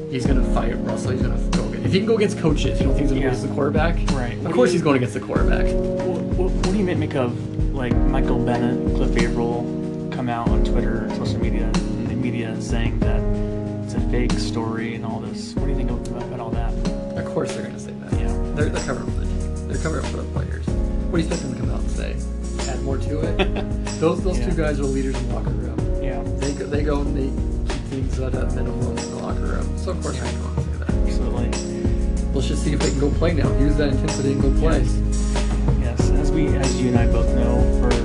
B: He's going to fight Russell. He's going to go. If he can go against coaches, you don't think he's going to
A: Yeah.
B: go against the quarterback?
A: Right.
B: Of
A: What do
B: course
A: you-
B: he's going against the quarterback.
A: What, what, what do you ma- make of like Michael Bennett, Cliff Averill come out on Twitter, social media, and the media saying that it's a fake story and all this? What do you think of, about all that?
B: Of course they're going to say that.
A: Yeah.
B: They're, they're covering for the team. They're covering for the players. What do you expect them to come out and say? Add more to it? <laughs> those those
A: Yeah.
B: two guys are leaders in the locker room.
A: Yeah,
B: They go, they go and they keep things at a minimum in the locker room. So of course they're going to say that.
A: absolutely.
B: Let's just see if they can go play now. Use that intensity and go play.
A: Yes, as we, as you and I both know, for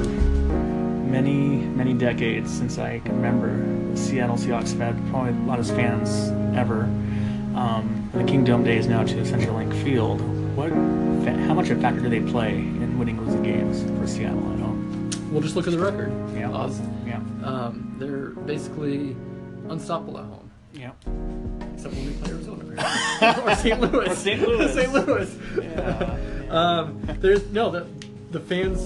A: many, many decades since I can remember, the Seattle Seahawks have had probably the loudest fans ever. Um, the Kingdom days now to CenturyLink Field. What, fa- how much of a factor do they play in winning losing games for Seattle at home?
B: We'll just look at the record.
A: Yeah.
B: Oz,
A: Yeah.
B: Um, they're basically unstoppable at home.
A: Yeah.
B: Except when we play Arizona. apparently. <laughs> or St. Louis.
A: Or St.
B: <laughs>
A: Louis.
B: St. Louis.
A: Yeah.
B: um, there's no the the fans.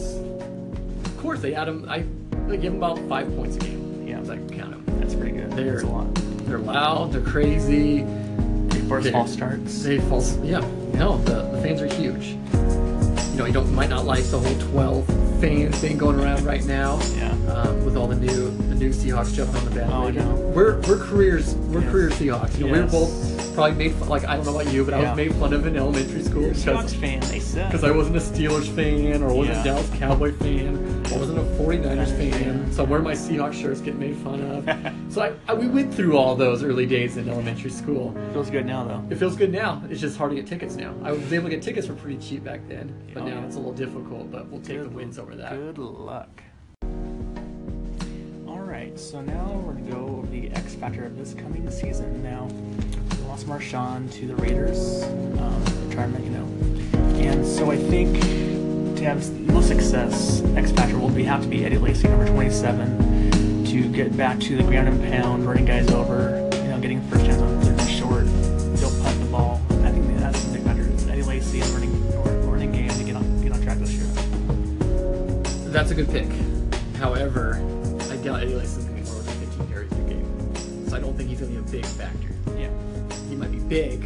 B: Of course, they add them. I they give them about five points a game.
A: Yeah.
B: I was like, count them.
A: That's pretty good.
B: They're-
A: That's a lot.
B: They're loud. They're crazy.
A: First
B: they're-
A: all starts.
B: They false. Yeah. No, the, the fans are huge. You know, you don't might not like the whole twelve fan thing going around right now.
A: Yeah. Oh,
B: Um, with all the new the new Seahawks jumping on the bandwagon.
A: know.
B: We're we're careers we're
A: Yes.
B: career Seahawks. You know, we were
A: Yes.
B: both probably made fun, like I don't know about you, but I
A: Yeah.
B: was made fun of in elementary school
A: You're a
B: because-
A: Seahawks fan. They suck.
B: because I wasn't a Steelers fan, or I wasn't
A: Yeah.
B: a Dallas Cowboy fan, or I wasn't a 49ers fan, so I wear my Seahawks shirts, get made fun
A: <laughs>
B: of. so I, I, we went through all those early days in elementary school.
A: feels good now though.
B: It feels good now. It's just hard to get tickets now. I was able to get tickets for pretty cheap back then, but
A: Oh,
B: now
A: yeah.
B: it's a little difficult. But we'll take the
A: Good-
B: wins over that.
A: Good luck. All right. right, so now we're going to go over the X factor of this coming season. Now, we lost Marshawn to the Raiders um, retirement, you know. And so I think to have most success, X factor will be have to be Eddie Lacy, number 27, to get back to the ground and pound, running guys over, you know, getting first downs on third and short. They'll punt the ball. I think that's the big factor. is Eddie Lacy and running, or running game to get on, get on track this year.
B: That's a good pick. However, I doubt Eddie Lacy's going to be more than 15 carries per game. So I don't think he's going to be a big factor.
A: Yeah.
B: He might be big,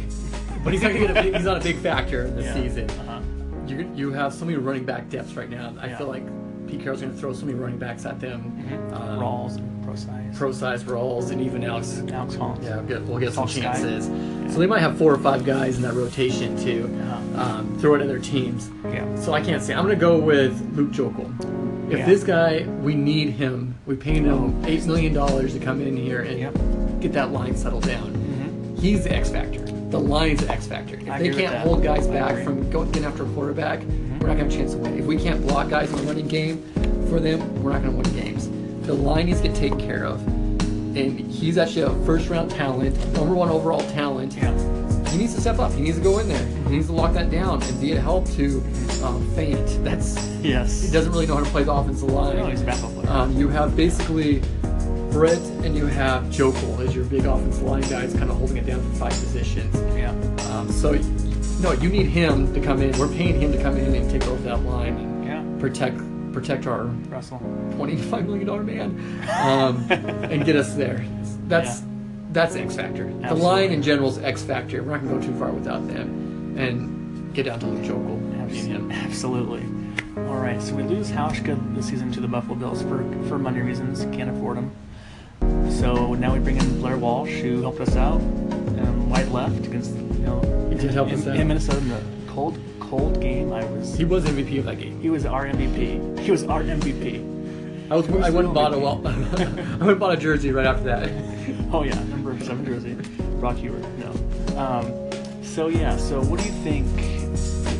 B: but he's not going to be a big, he's not a big factor this
A: yeah.
B: season.
A: Uh-huh.
B: You you have so many running back depths right now. I
A: Yeah. Mm-hmm.
B: feel like Pete Carroll's going to throw so many running backs at them. Um,
A: Uh, Rawls and Pro Size.
B: Pro size rolls, and even Alex.
A: Alex Collins.
B: Yeah, we'll get, we'll get some
A: Tall Sky.
B: chances. So they might have four or five guys in that rotation to
A: Uh-huh.
B: um, throw at other teams.
A: Yeah.
B: So I can't say. I'm going to go with Luke Jokel. If
A: Yeah.
B: this guy, we need him. We paid him eight million dollars to come in here and
A: Yep.
B: get that line settled down.
A: Mm-hmm.
B: He's the X factor. The line's the X factor. If
A: I agree
B: they
A: with
B: can't
A: that.
B: hold guys
A: I
B: back
A: agree. Mm-hmm.
B: from going getting after a quarterback, we're not going to have a chance to win. If we can't block guys in the running game for them, we're not going to win games. The line needs to get taken care of. And he's actually a first round talent, number one overall talent
A: Yeah.
B: he needs to step up. He needs to go in there. He needs to lock that down and be a help to um, Faint. That's
A: Yes.
B: he doesn't really know how to play the offensive line.
A: No, he's a basketball player.
B: Um, you have basically Brett and you have Jokel as your big offensive line guys, kind of holding it down for five positions.
A: yeah.
B: Um, so no, you need him to come in. We're paying him to come in and take over that line and
A: Yeah.
B: protect protect our
A: Russell.
B: twenty-five million dollar man, um, and get us there. That's
A: Yeah.
B: that's X factor. The
A: Absolutely.
B: line in general is X factor. We're not gonna go too far without them, and get down to Luke Jokel. being him.
A: Absolutely. All right. So we lose Hauschka this season to the Buffalo Bills for for money reasons. Can't afford him. So now we bring in Blair Walsh, who helped us out, and White left against you know
B: He did help us
A: in,
B: out.
A: in Minnesota in the cold cold game. I was
B: He was MVP of that game.
A: he was our MVP. He was our MVP.
B: I was I went and bought a well, <laughs> I went and bought a jersey right after that.
A: <laughs> Oh yeah, number seven jersey, Brock Heward. No. Um, so yeah. So what do you think?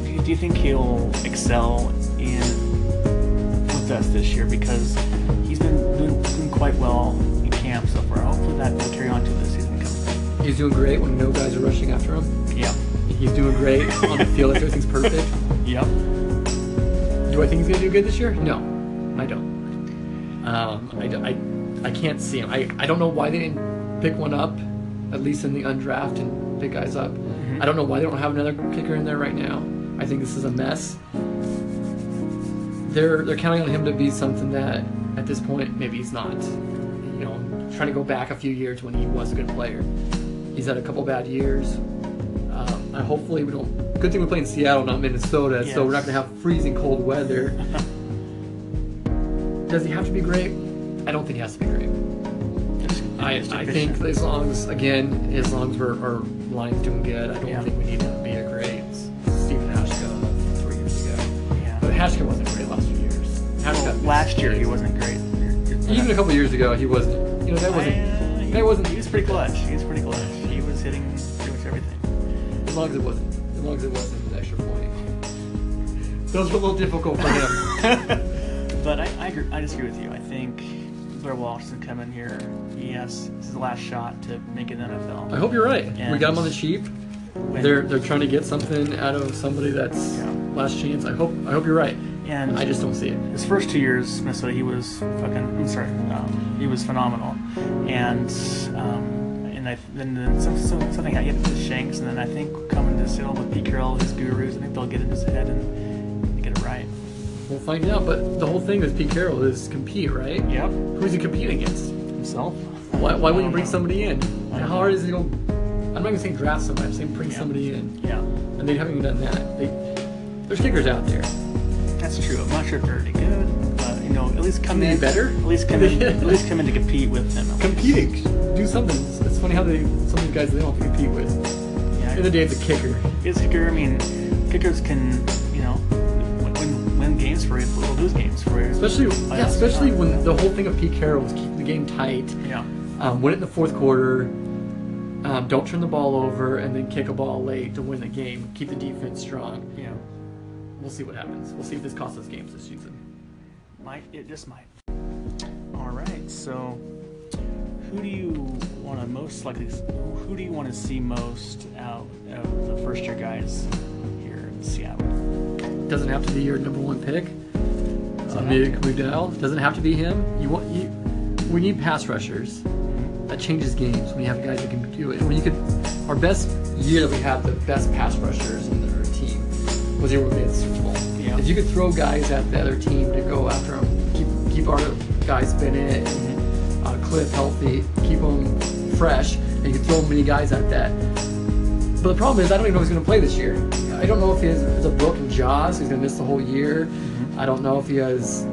A: Do you, do you think he'll excel in with us this year? Because he's been doing, doing quite well in camp so far. Hopefully that will carry on to the season coming.
B: He's doing great when no guys are rushing after him.
A: Yeah.
B: He's doing great on the field. Everything's perfect.
A: Yep.
B: Do I think he's going to do good this year? No, I don't. Um, I, don't- I, I can't see him. I, I don't know why they didn't pick one up, at least in the undraft, and pick guys up. I don't know why they don't have another kicker in there right now. I think this is a mess. They're they're counting on him to be something that at this point maybe he's not. You know, trying to go back a few years when he was a good player. He's had a couple bad years. Um, I hopefully we don't. Good thing we play in Seattle, not Minnesota, so we're
A: Yes.
B: not gonna have freezing cold
A: <laughs>
B: weather. Does he have to be great? I don't think he has to be great.
A: Just-
B: I,
A: just
B: I
A: efficient.
B: think as long as again, as long as we're, our line's doing good, I don't
A: Yeah.
B: think we need to be a great Stephen Hashka of three years ago.
A: Yeah.
B: But Hashka wasn't great last few years. Hashka
A: Well,
B: missed
A: last year he
B: games.
A: wasn't great.
B: Even a couple years ago, he wasn't. You know that wasn't.
A: I, he,
B: that wasn't.
A: He was pretty clutch. He was pretty clutch. He was hitting pretty much everything.
B: As long as it wasn't. As long as it wasn't an extra point. Those were a little difficult for him.
A: um, <laughs> But I, I, agree, I disagree with you. I think Blair Walsh can come in here. He has this is the last shot to make it in the NFL.
B: I hope you're right. We
A: And-
B: got him on the cheap.
A: When-
B: They're they're trying to get something out of somebody that's
A: Yeah.
B: last chance. I hope I hope you're right.
A: and
B: I just don't see it.
A: his first two years, Minnesota, he was fucking. I'm sorry, um, he was phenomenal, and um, and I, then, then some, some, something happened with Shanks, and then I think coming to Seattle with Pete Carroll, his gurus, I think they'll get in his head and get it right.
B: We'll find out. But the whole thing with Pete Carroll is compete, right?
A: Yep,
B: Who's he competing against?
A: himself.
B: Why, why wouldn't you bring
A: know.
B: somebody in?
A: I
B: Um, How
A: don't
B: hard
A: know.
B: is it going? I'm not even saying draft somebody. I'm saying bring
A: Yeah.
B: somebody in,
A: Yeah,
B: and they haven't even done that. They, there's kickers out there.
A: that's true. I'm not sure if they're any good, but you know, at least come
B: Can they
A: in
B: be better?
A: At least come in, at least
B: <laughs>
A: come in to compete with them. at least.
B: Competing, do something. It's, it's funny how they some of these guys they don't have to compete with.
A: Yeah,
B: In the day, it's a kicker.
A: is kicker. I mean, kickers can, you know, win, win, win games for you, but lose games for you.
B: Especially,
A: By
B: yeah,
A: us.
B: especially when the whole thing of Pete Carroll was keep the game tight,
A: yeah,
B: um, win it in the fourth quarter, um, don't turn the ball over, and then kick a ball late to win the game. Keep the defense strong.
A: yeah,
B: We'll see what happens. We'll see if this costs us games this season.
A: might it just might. All right, so Who do you want to most likely? Who do you want to see most out of the first year guys here in Seattle?
B: Doesn't have to be your number one pick. So
A: have
B: Amir
A: to.
B: Mugdal doesn't have to be him. You want you. We need pass rushers. That changes games when you have guys that can do it. When you could, our best year that we had the best pass rushers in the our team was the year we made the Super Bowl.
A: Yeah.
B: If you could throw guys at the other team to go after them, keep keep our guys Bennett and uh, Cliff healthy, keep them fresh, and you could throw many guys at that. But the problem is, I don't even know if he's going to play this year. I don't know if he has it's a broken jaw, so he's going to miss the whole year. I don't know if he has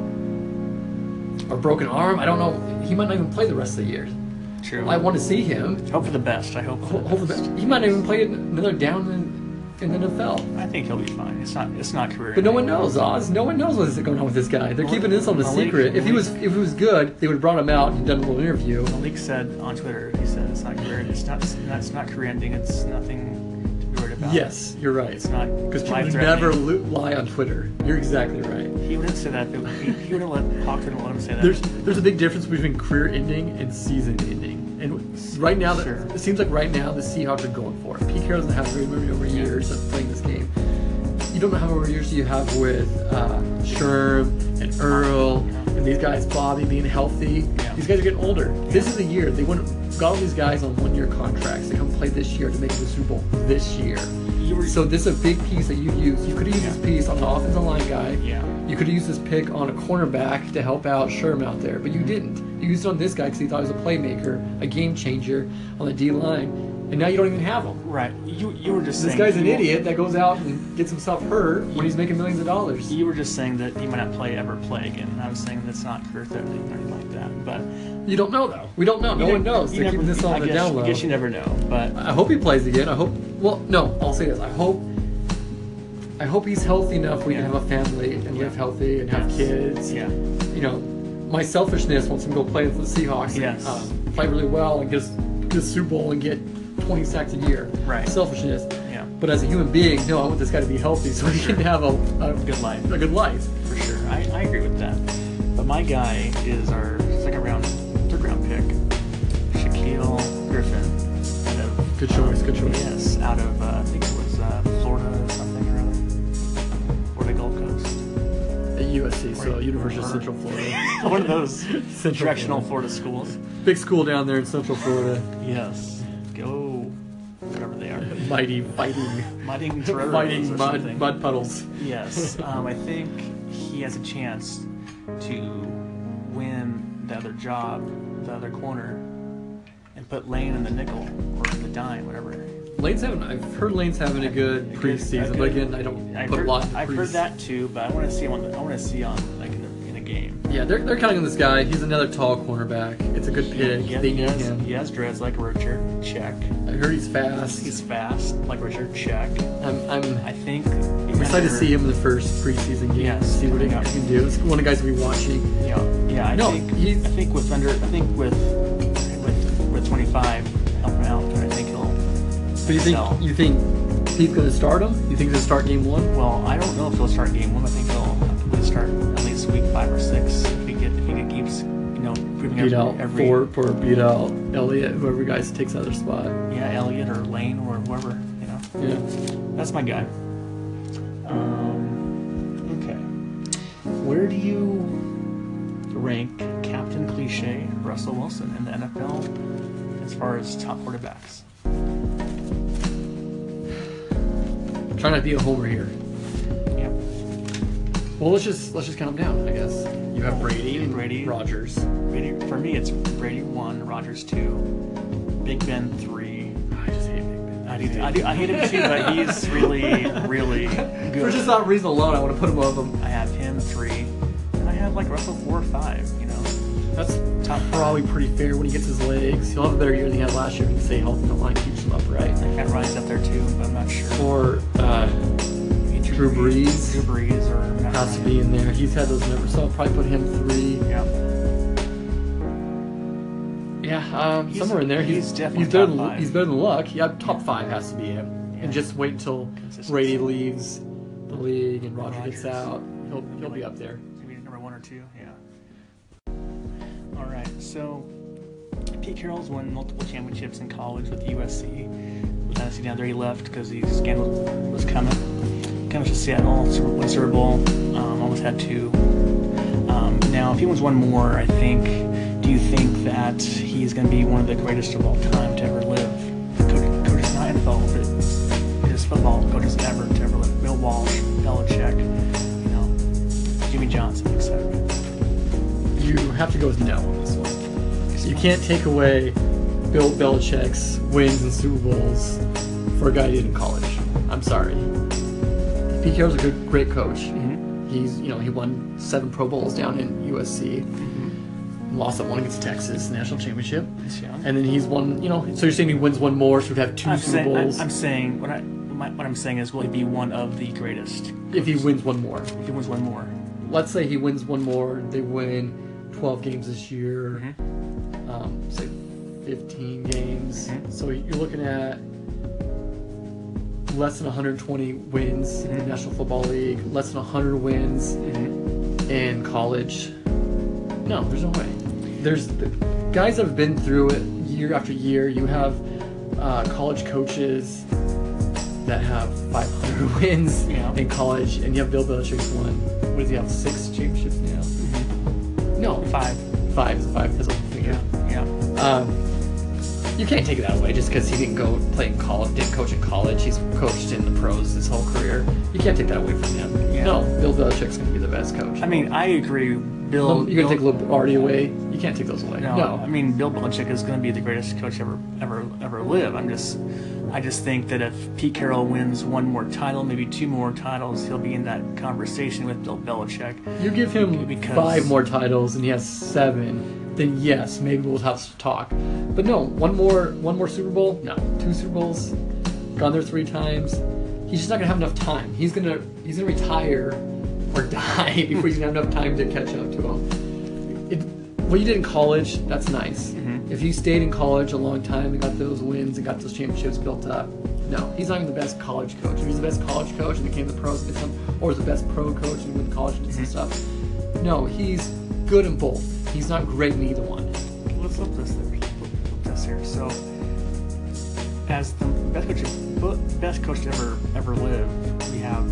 B: a broken arm. I don't know. He might not even play the rest of the year.
A: True.
B: I want to see him.
A: hope for the best. I hope. For
B: Ho-
A: the
B: Hold the
A: best.
B: best. He might not even play another down in, in the NFL.
A: I think he'll be fine. It's not. It's not career.
B: But no one
A: ending.
B: knows, Oz. No one knows what's going on with this guy. They're keeping this on a
A: Malik-
B: secret. If he was,
A: Malik.
B: if he was good, they would have brought him out and done a little interview.
A: Malik said on Twitter. He said it's not career. It's not. It's not, it's not career ending. It's nothing to be worried about.
B: Yes, you're right.
A: It's not.
B: because people
A: life-threatening.
B: never lo- lie on Twitter. You're exactly right.
A: He wouldn't say that. But he, he wouldn't let Hawk wouldn't let him say that.
B: There's there's a big difference between career ending and season ending. And right now,
A: Sure.
B: it seems like right now the Seahawks are going for it. Pete Carroll doesn't have very many over years of playing this game. You don't know how many years you have with uh, Sherm and Earl and these guys, Bobby being healthy.
A: Yeah.
B: These guys are getting older. This is the year they went got all these guys on one-year contracts. They come play this year to make the Super Bowl this year.
A: You were-
B: So this is a big piece that you use. You could have used
A: Yeah.
B: this piece on the offensive line guy.
A: yeah.
B: You could have used this pick on a cornerback to help out Sherm out there, but you didn't. You used it on this guy because he thought he was a playmaker, a game changer on the D line, and now you don't even have him.
A: Right. You you were just
B: This
A: saying
B: guy's an
A: you-
B: idiot that goes out and gets himself hurt when he's making millions of dollars.
A: You were just saying that he might not play ever play again. And I was saying that's not career threatening or anything like that. But
B: You don't know though. We don't know. No
A: You
B: one
A: never-
B: knows.
A: you
B: They're
A: never-
B: keeping this on
A: I
B: the
A: guess,
B: down
A: I
B: low.
A: guess you never know. But
B: I hope he plays again. I hope. Well, no, I'll say this. I hope. I hope he's healthy enough we
A: Yeah.
B: can have a family and live
A: Yeah.
B: healthy and have
A: Yes.
B: kids.
A: yeah,
B: you know, my selfishness wants him to go play with the Seahawks
A: Yes.
B: and um, play really well and get us- get a Super Bowl and get 20 sacks a year.
A: Right.
B: Selfishness.
A: yeah,
B: But as a human being, no, I want this guy to be healthy so he can have a, a,
A: good life
B: a good life.
A: for sure. I, I agree with that. But my guy is our second round, third round pick, Shaquille Griffin. Out of,
B: Good choice. Good choice.
A: yes, out of uh, I think it was uh, Florida or something or other, or the Gulf Coast. <laughs>
B: At USC, so
A: Right.
B: University of Central
A: <laughs>
B: Florida.
A: One of those
B: <laughs> Central
A: directional
B: Florida.
A: Florida schools.
B: Big school down there in Central Florida.
A: Yes, go whatever
B: <laughs>
A: they are.
B: Mighty fighting,
A: Mudding Toreros
B: fighting
A: or
B: mud,
A: something.
B: mud puddles.
A: Yes, um, I think he has a chance to win the other job, the other corner, and put Lane in the nickel or in the dime, whatever.
B: Lane's having. I've heard Lane's having a good
A: A good-
B: preseason,
A: a
B: but
A: good-
B: again, I don't
A: I've
B: put
A: heard,
B: a lot. in
A: I've heard
B: preseason.
A: that too, but I want to see him on. The, I want to see on like in a, in a game.
B: Yeah, they're, they're counting on this guy. He's another tall cornerback. It's a good pick.
A: He,
B: they
A: he,
B: need
A: has,
B: him.
A: he has dreads like Richard. Check.
B: I heard he's fast.
A: He's fast like Richard. Check.
B: I'm, I'm
A: I think.
B: I'm excited to see him in the first preseason game.
A: Yes.
B: See what he
A: Yeah.
B: can do. It's one of the guys we'll be watching.
A: Yeah, yeah. I
B: No,
A: think
B: he's-
A: I think with under I think with with with 25 helping out, I think he'll.
B: But you think
A: No.
B: you think Pete's going to start him? You think he's going to start game one?
A: Well, I don't know if he'll start game one. I think he'll at least start at least week five or six. If he get if he keeps you know improving
B: Beat
A: every,
B: out
A: every
B: four or beat out Elliot, whoever guys takes that other spot.
A: yeah Elliot or Lane or whoever you know.
B: Yeah.
A: That's my guy. Um, okay. Where do you rank Captain Cliche Russell Wilson in the NFL as far as top quarterbacks?
B: I'm trying not to be a homer here.
A: Yeah.
B: Well, let's just let's just count him down. I guess you have Brady and
A: Brady.
B: Rogers.
A: Brady, for me, it's Brady one, Rogers two, Big Ben three.
B: I just hate Big Ben.
A: I do, I, do, I hate him too, but he's really,
B: <laughs>
A: really good.
B: For just that reason alone, I want to put him above him.
A: I have him three, and I have like Russell four or five. You know,
B: That's top probably pretty fair when he gets his legs. He'll have a better year than he had last year if he can stay healthy and the line keeps him upright.
A: and Ryan's up there too, but I'm not sure.
B: Or uh, Drew Brees.
A: Drew Brees or Matt
B: has to
A: Ryan.
B: be in there. He's had those numbers, so I'll probably put him three.
A: Yeah,
B: Yeah, um,
A: He's-
B: somewhere in there.
A: he's definitely
B: he's better
A: top
B: than
A: five.
B: he's better than Luck. Yeah, top five has to be him.
A: Yeah.
B: And just wait until
A: Consistency.
B: Brady leaves the league and Roger gets
A: Rodgers.
B: out. He'll he'll be up there.
A: maybe number one or two. Yeah. All right, so Pete Carroll's won multiple championships in college with USC. With Tennessee down there, he left because he scandal was coming. Coming to Seattle, Super, won Super Bowl, um, almost had two. Um, now, if he wins one more, I think, do you think that he's going to be one of the greatest of all time to ever live? Coach, coaches not NFL, but just football coaches ever to ever live. Bill Walsh, Belichick, you know, Jimmy Johnson, etc.
B: You have to go with no on this one. You can't take away Bill Belichick's wins and Super Bowls for a guy who did in college. I'm sorry. Pete Carroll's a good, great coach.
A: Mm-hmm.
B: He's, you know, he won seven Pro Bowls down in USC.
A: Mm-hmm.
B: Lost that one against Texas national championship,
A: He's young.
B: and then he's won. You know, so you're saying he wins one more, so he'd have 2
A: I'm
B: Super
A: saying,
B: Bowls
A: I, am saying what I my, what I'm saying is, will he be one of the greatest?
B: if he wins one more.
A: If he wins one more,
B: let's say he wins one more, they win 12 games this year, um, say 15 games.
A: Mhm.
B: So you're looking at less than 120 wins in the
A: Mhm.
B: National Football League, less than 100 wins in college. No, there's no way. There's the guys that have been through it year after year. You have uh, college coaches that have 500 <laughs> wins
A: Yeah.
B: in college, and you have Bill Belichick's one. What does he have? Six championships now? No,
A: five.
B: five is five is a figure.
A: yeah.
B: Um, you can't take that away just because he didn't go play in college, didn't coach in college. He's coached in the pros his whole career. You can't take that away from him.
A: Yeah.
B: No, Bill Belichick's going to be the best coach.
A: I mean, I agree. Bill,
B: Lom- you're gonna
A: Bill-
B: take Lombardi away. Um, You can't take those away. No,
A: No, I mean Bill Belichick is going to be the greatest coach ever, ever, ever live. I'm just, I just think that if Pete Carroll wins one more title, maybe two more titles, he'll be in that conversation with Bill Belichick.
B: you give him
A: Because-
B: five more titles and he has seven, then yes, maybe we'll have to talk. But no, one more, one more Super Bowl. No, two Super Bowls. Gone there three times. He's just not gonna have enough time. He's gonna he's gonna retire or <laughs> die before he's gonna have enough time to catch up to him. It, what you did in college, that's nice. If you stayed in college a long time and got those wins and got those championships built up, no, he's not even the best college coach. If he's the best college coach and became the pros and did some, or is the best pro coach and went to college and did some stuff, no, he's good in both. He's not great in either one.
A: Let's flip this there. Flip this here. So, as the best coach, best coach to ever ever live, we have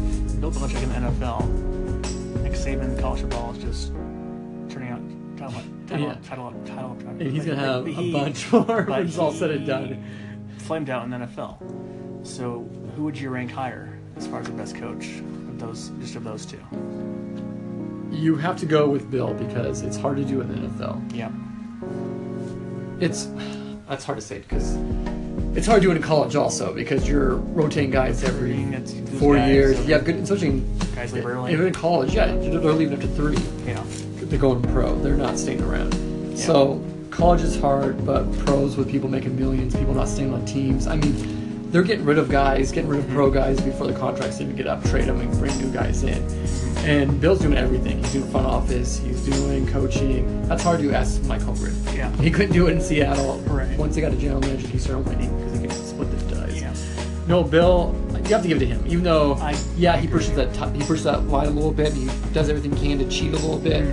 A: Bill Belichick in the NFL. Nick Saban in college football is just turning out title, up, title,
B: Yeah.
A: up, title, up, title, up, title.
B: And he's gonna
A: Like-
B: have
A: like
B: a
A: he-
B: bunch <laughs> more
A: but
B: when it's all said and
A: he
B: done.
A: Flamed out in the NFL. So, who would you rank higher as far as the best coach of those? Just of those two.
B: You have to go with Bill because it's hard to do in the NFL.
A: Yeah.
B: it's that's hard to say because it's hard doing in college also because you're rotating guys every
A: Rotating, it's- those
B: four
A: guys
B: years.
A: every-
B: you have good, especially in-
A: Guys leave early.
B: even in college. Yeah, they're leaving after three.
A: Yeah.
B: They're going pro. They're not staying around. So college is hard, but pros with people making millions, people not staying on teams. I mean, they're getting rid of guys, getting rid of pro
A: Mm-hmm.
B: guys before the contracts even get up. Trade them and bring new guys in. And Bill's doing everything. He's doing front office. He's doing coaching. That's hard to ask Mike Holmgren.
A: Yeah.
B: He couldn't do it in Seattle.
A: Right.
B: Once they got a general manager, he started winning because he could split the dice.
A: Yeah.
B: No, Bill, you have to give it to him. Even though,
A: I-
B: yeah, he pushes that top, he pushes that line a little bit. He does everything he can to cheat a little bit.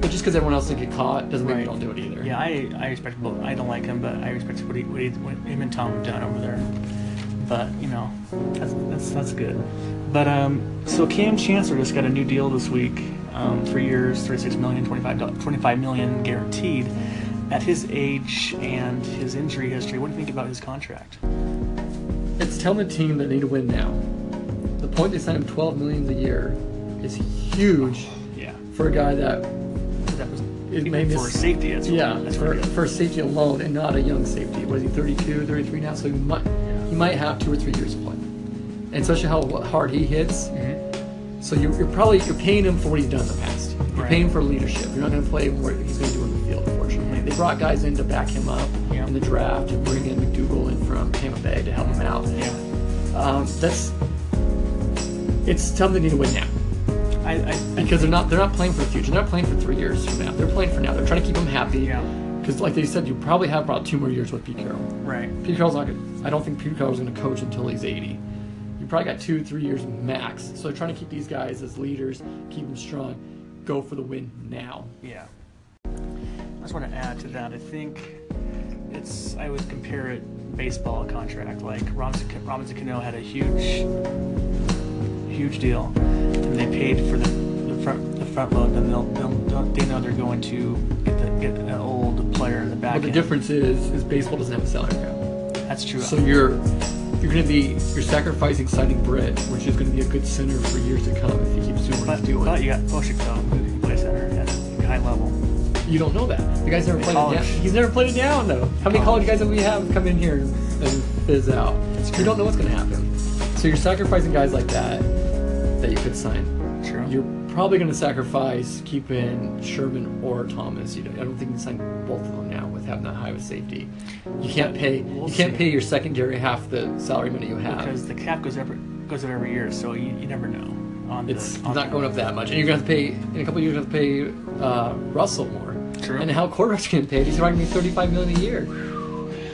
B: But just because everyone else didn't get caught doesn't mean we
A: Mm-hmm. Right.
B: don't do it either.
A: Yeah, I, I respect both. I don't like him, but I respect what, he, what, he, what him and Tom have done over there. But you know, that's that's, that's good. But um, so Cam Chancellor just got a new deal this week, um, three years, thirty-six million, twenty-five doll- 25 million guaranteed. At his age and his injury history, what do you think about his contract?
B: It's telling the team that they need to win now. The point they signed him 12 million a year is huge
A: Yeah,
B: for a guy that
A: that was
B: It
A: even
B: may
A: for
B: miss-
A: safety. That's
B: Yeah,
A: really, that's
B: for,
A: really good.
B: for safety alone and not a young safety. What is he, 32, 33 now? So he might, he might have two or three years to play. And especially how what- hard he hits. So you, you're probably you're paying him for what he's done in the past. You're
A: Mm-hmm. Right.
B: paying for leadership. You're not going to play him what he's going to do in the field, unfortunately. They brought guys in to back him up
A: Yeah.
B: in the draft and bring in McDougal in from Tampa Bay to help him out.
A: yeah.
B: Um, that's it's something they need to win now
A: I, I, I
B: because they're not they're not playing for the future. They're not playing for three years from now. They're playing for now. They're trying to keep them happy.
A: Yeah.
B: Because like they said, you probably have about two more years with Pete Carroll.
A: right.
B: Pete Carroll's not. Gonna, I don't think Pete Carroll's going to coach until he's 80. You probably got two three years max. So they're trying to keep these guys as leaders, keep them strong, go for the win now.
A: Yeah. I just want to add to that. I think It's I always compare it baseball contract. Like Robinson, Robinson Cano had a huge, huge deal, and they paid for the, the front the front load. Then they'll, they'll they know they're going to get the, get an old player in the back
B: But the
A: end.
B: difference is, is baseball doesn't have a salary cap,
A: That's true.
B: so you're you're gonna be you're sacrificing signing Brett, which is gonna be a good center for years to come if he keeps doing what
A: but,
B: he's doing.
A: but you got Boschik though, who can play center at a high level.
B: You don't know that. The guy's never
A: In
B: played it down.
A: college.
B: He's never played it down though. How many college guys that we have come in here and fizz out? You don't know what's gonna happen. So you're sacrificing guys like that that you could sign.
A: True.
B: You're probably gonna sacrifice keeping Sherman or Thomas. You know, I don't think you can sign both of them now with having that high of a safety. You can't pay.
A: We'll
B: you can't
A: see.
B: pay your secondary half the salary money you have.
A: because the cap goes every goes up every year, so you, you never know. On the,
B: It's
A: on
B: not going up that much, and you're gonna have to pay in a couple of years. You're gonna have to pay uh, Russell more.
A: True.
B: And how quarterbacks getting paid? He's running me 35 million a year.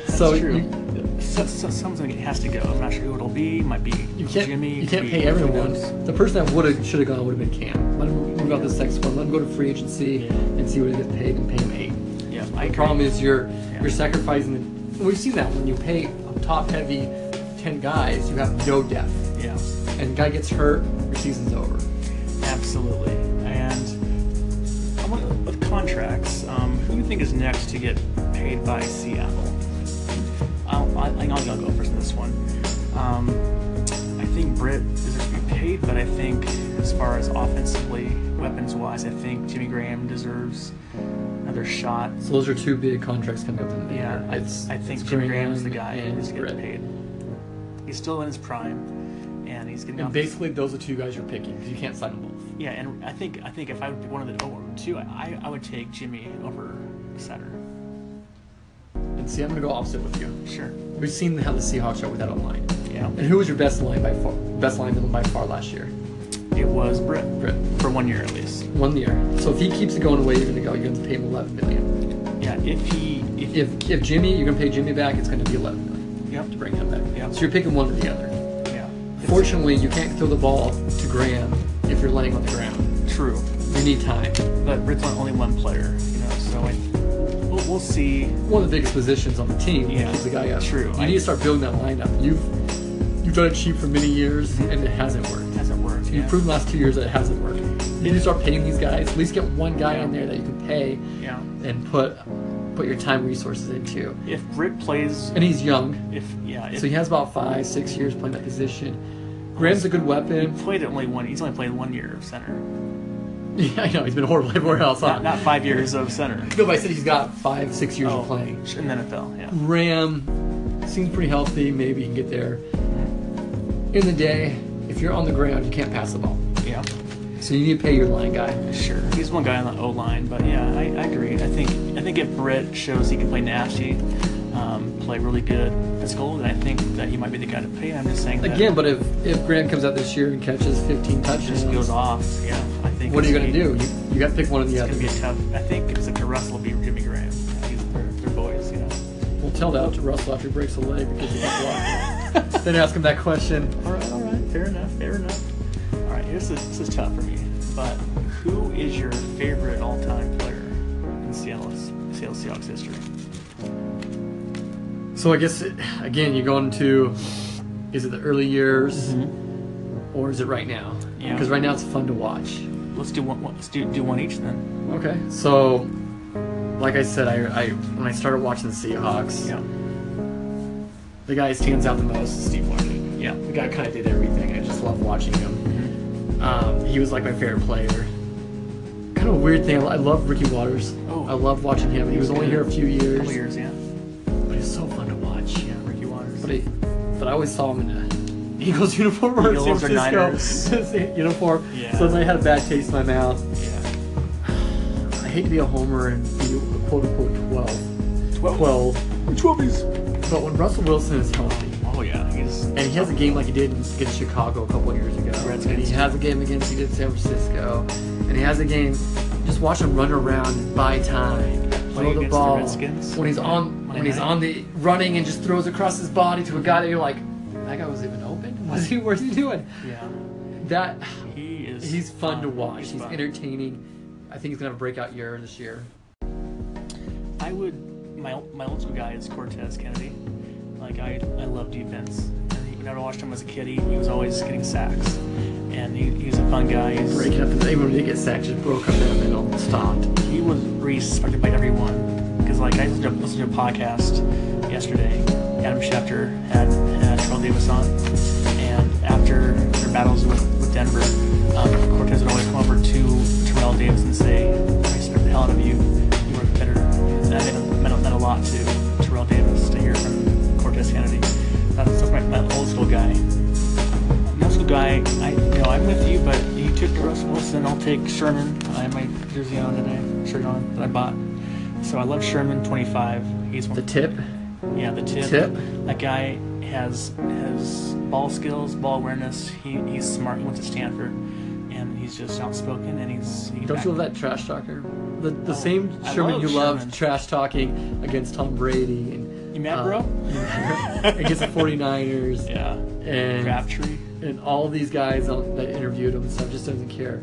A: That's
B: so
A: true.
B: You,
A: so, so something has to go. I'm not sure who it'll be. Might be
B: you can't
A: Jimmy.
B: you can't
A: could
B: pay
A: be
B: everyone.
A: Phillips.
B: The person that would have should have gone would have been Cam. Let him move out this next one. Let him go to free agency
A: Yeah.
B: and see what he gets paid and pay him eight.
A: Yeah, I
B: The
A: agree.
B: problem is you're
A: Yeah.
B: you're sacrificing. The, we've seen that when you pay a top heavy ten guys, you have no depth,
A: yeah,
B: and guy gets hurt, your season's over.
A: absolutely. And I want with contracts. Um, who do you think is next to get paid by Seattle? I'll, I think I'll go first in this one. Um, I think Britt deserves to be paid, but I think as far as offensively, weapons wise, I think Jimmy Graham deserves another shot.
B: So those are two big contracts coming up in the
A: Yeah,
B: year.
A: I,
B: It's-
A: I think
B: it's
A: Jim Graham is the guy
B: and
A: who's getting
B: Brett.
A: paid. He's still in his prime, and he's getting
B: And
A: off.
B: basically, those are two guys you're picking because you can't sign them both.
A: yeah, and I think I think if I would be one of the over two, I, I would take Jimmy over Sutter.
B: And see, I'm going to go opposite with you.
A: Sure.
B: We've seen how the Seahawks are without a line.
A: Yeah.
B: And who was your best line by far? Best lineman by far last year?
A: It was Britt
B: Britt.
A: for one year at least.
B: One year. So if he keeps it going away, you're going to go. You're going to pay him 11 million.
A: Yeah. If he if,
B: If if Jimmy, you're going to pay Jimmy back. It's going to be 11 million
A: yep.
B: to bring him back.
A: Yeah.
B: So you're picking one or the other.
A: Yeah. It's
B: Fortunately, you can't throw the ball to Graham if you're laying on the ground.
A: true,
B: You need time.
A: but Britt's on- only one player, you know. So I, we'll, we'll see.
B: one of the biggest positions on the team.
A: Yeah,
B: is the guy up.
A: true.
B: You
A: I-
B: need to start building that lineup. You've you've done it cheap for many years, and it hasn't worked.
A: Hasn't worked.
B: You've
A: Mm-hmm. yeah.
B: proven the last two years that it hasn't worked. You need to start paying these guys. At least get one guy on there that you can pay
A: Yeah.
B: and put put your time and resources into.
A: If Britt plays,
B: And he's young,
A: if yeah, if
B: so he has about five, six years playing that position. Graham's a good weapon. <laughs>
A: played it only one. He's only played one year of center.
B: Yeah, I know he's been horrible everywhere else. Huh?
A: Not, not Oh, five years of center. Oh.
B: no, but I said he's got five, six years of playing. Mm-hmm.
A: in the NFL. Yeah,
B: Ram seems pretty healthy. Maybe he can get there. In the day, if you're on the ground, you can't pass the ball.
A: yeah,
B: So you need to pay your line guy.
A: sure. He's one guy on the O line, but yeah, I, I agree. I think I think if Britt shows he can play nasty, um, play really good physical, then I think that he might be the guy to pay. I'm just saying that
B: Again, but if if Graham comes out this year and catches 15 touchdowns,
A: just goes off. Yeah, I think.
B: what are you
A: it's
B: gonna do?
A: be-
B: You, you got to pick one or the
A: It's
B: other.
A: gonna be a tough. I think it's up to Russell be Jimmy Graham. He's their, their boys, you know.
B: We'll tell that to Russell after he breaks a leg because he can't block. it. <laughs> then ask him that question.
A: All right, all right, fair enough, fair enough. All right, here's this, this is tough for me. But who is your favorite all-time player in Seattle, Seattle Seahawks history?
B: So I guess it, again, you go into is it the early years or is it right now?
A: Mm-hmm. Yeah.
B: Because right now it's fun to watch.
A: Let's do one. Let's do do one each then.
B: Okay. So, like I said, I, I when I started watching the Seahawks, the guy who stands out the most is Steve Largent.
A: yeah,
B: The guy kind of did everything. I just love watching him. Um, he was like my favorite player. Kind of a weird thing. I love Ricky Waters.
A: Oh.
B: I love watching him. He was only here a few years,
A: couple years. Yeah,
B: but it's so fun to watch.
A: yeah. Ricky Waters.
B: But I, but I always saw him in a <laughs> Eagles uniform or a <laughs> San
A: Eagles or
B: Francisco uniform.
A: Yeah.
B: So then I had a bad taste in my mouth.
A: yeah.
B: I hate to be a homer and be quote unquote 12.
A: Twelve.
B: 12.
A: Twelves.
B: But when Russell Wilson is healthy,
A: Oh yeah, he's
B: and he has a game like he did against Chicago a couple years ago, and
A: Redskins.
B: he has a game against he did San Francisco, and he has a game. Just watch him run around and buy time, throw the
A: against the
B: ball.
A: Redskins
B: when he's on,
A: Monday
B: when he's
A: night.
B: on the running and just throws across his body to a guy that you're like, that guy was even open? <laughs> Was he? What's he doing?
A: yeah.
B: That
A: He is.
B: he's fun to watch. He's,
A: fun.
B: entertaining. I think he's gonna have a breakout year this year.
A: I would my my old school guy is Cortez Kennedy. Like I, I love defense. And when I watched him as a kid, he, he was always getting sacks, and he, he was a fun guy. He's-
B: Break up and everyone did get sacked, just broke up in the middle, stopped.
A: he was respected by everyone because like I listened to, listened to a podcast yesterday. Adam Schefter had had Terrell Davis on, and after their battles with, with Denver, um, Cortez would always come over to Terrell Davis and say, "I respect the hell out of you. You were better." And that meant, meant a lot to Terrell Davis to hear from Cortez Kennedy. That's that's my, my old school guy. Middle school guy, I you know I'm with you, but you took Russ Wilson, I'll take Sherman. I have my jersey on today, shirt on that I bought. So I love Sherman 25. He's one.
B: The tip,
A: yeah, the tip.
B: Tip.
A: That guy has has ball skills, ball awareness. He, he's smart. He went to Stanford, and he's just outspoken and he's. He
B: don't you love that trash talker? The, the
A: Oh,
B: same
A: I
B: Sherman
A: love
B: you
A: Sherman.
B: loved trash talking against Tom Brady and
A: You mad,
B: uh,
A: bro?
B: <laughs> against the
A: <laughs>
B: 49ers
A: Yeah.
B: and
A: Crabtree.
B: and all these guys on, that interviewed him and stuff just doesn't care.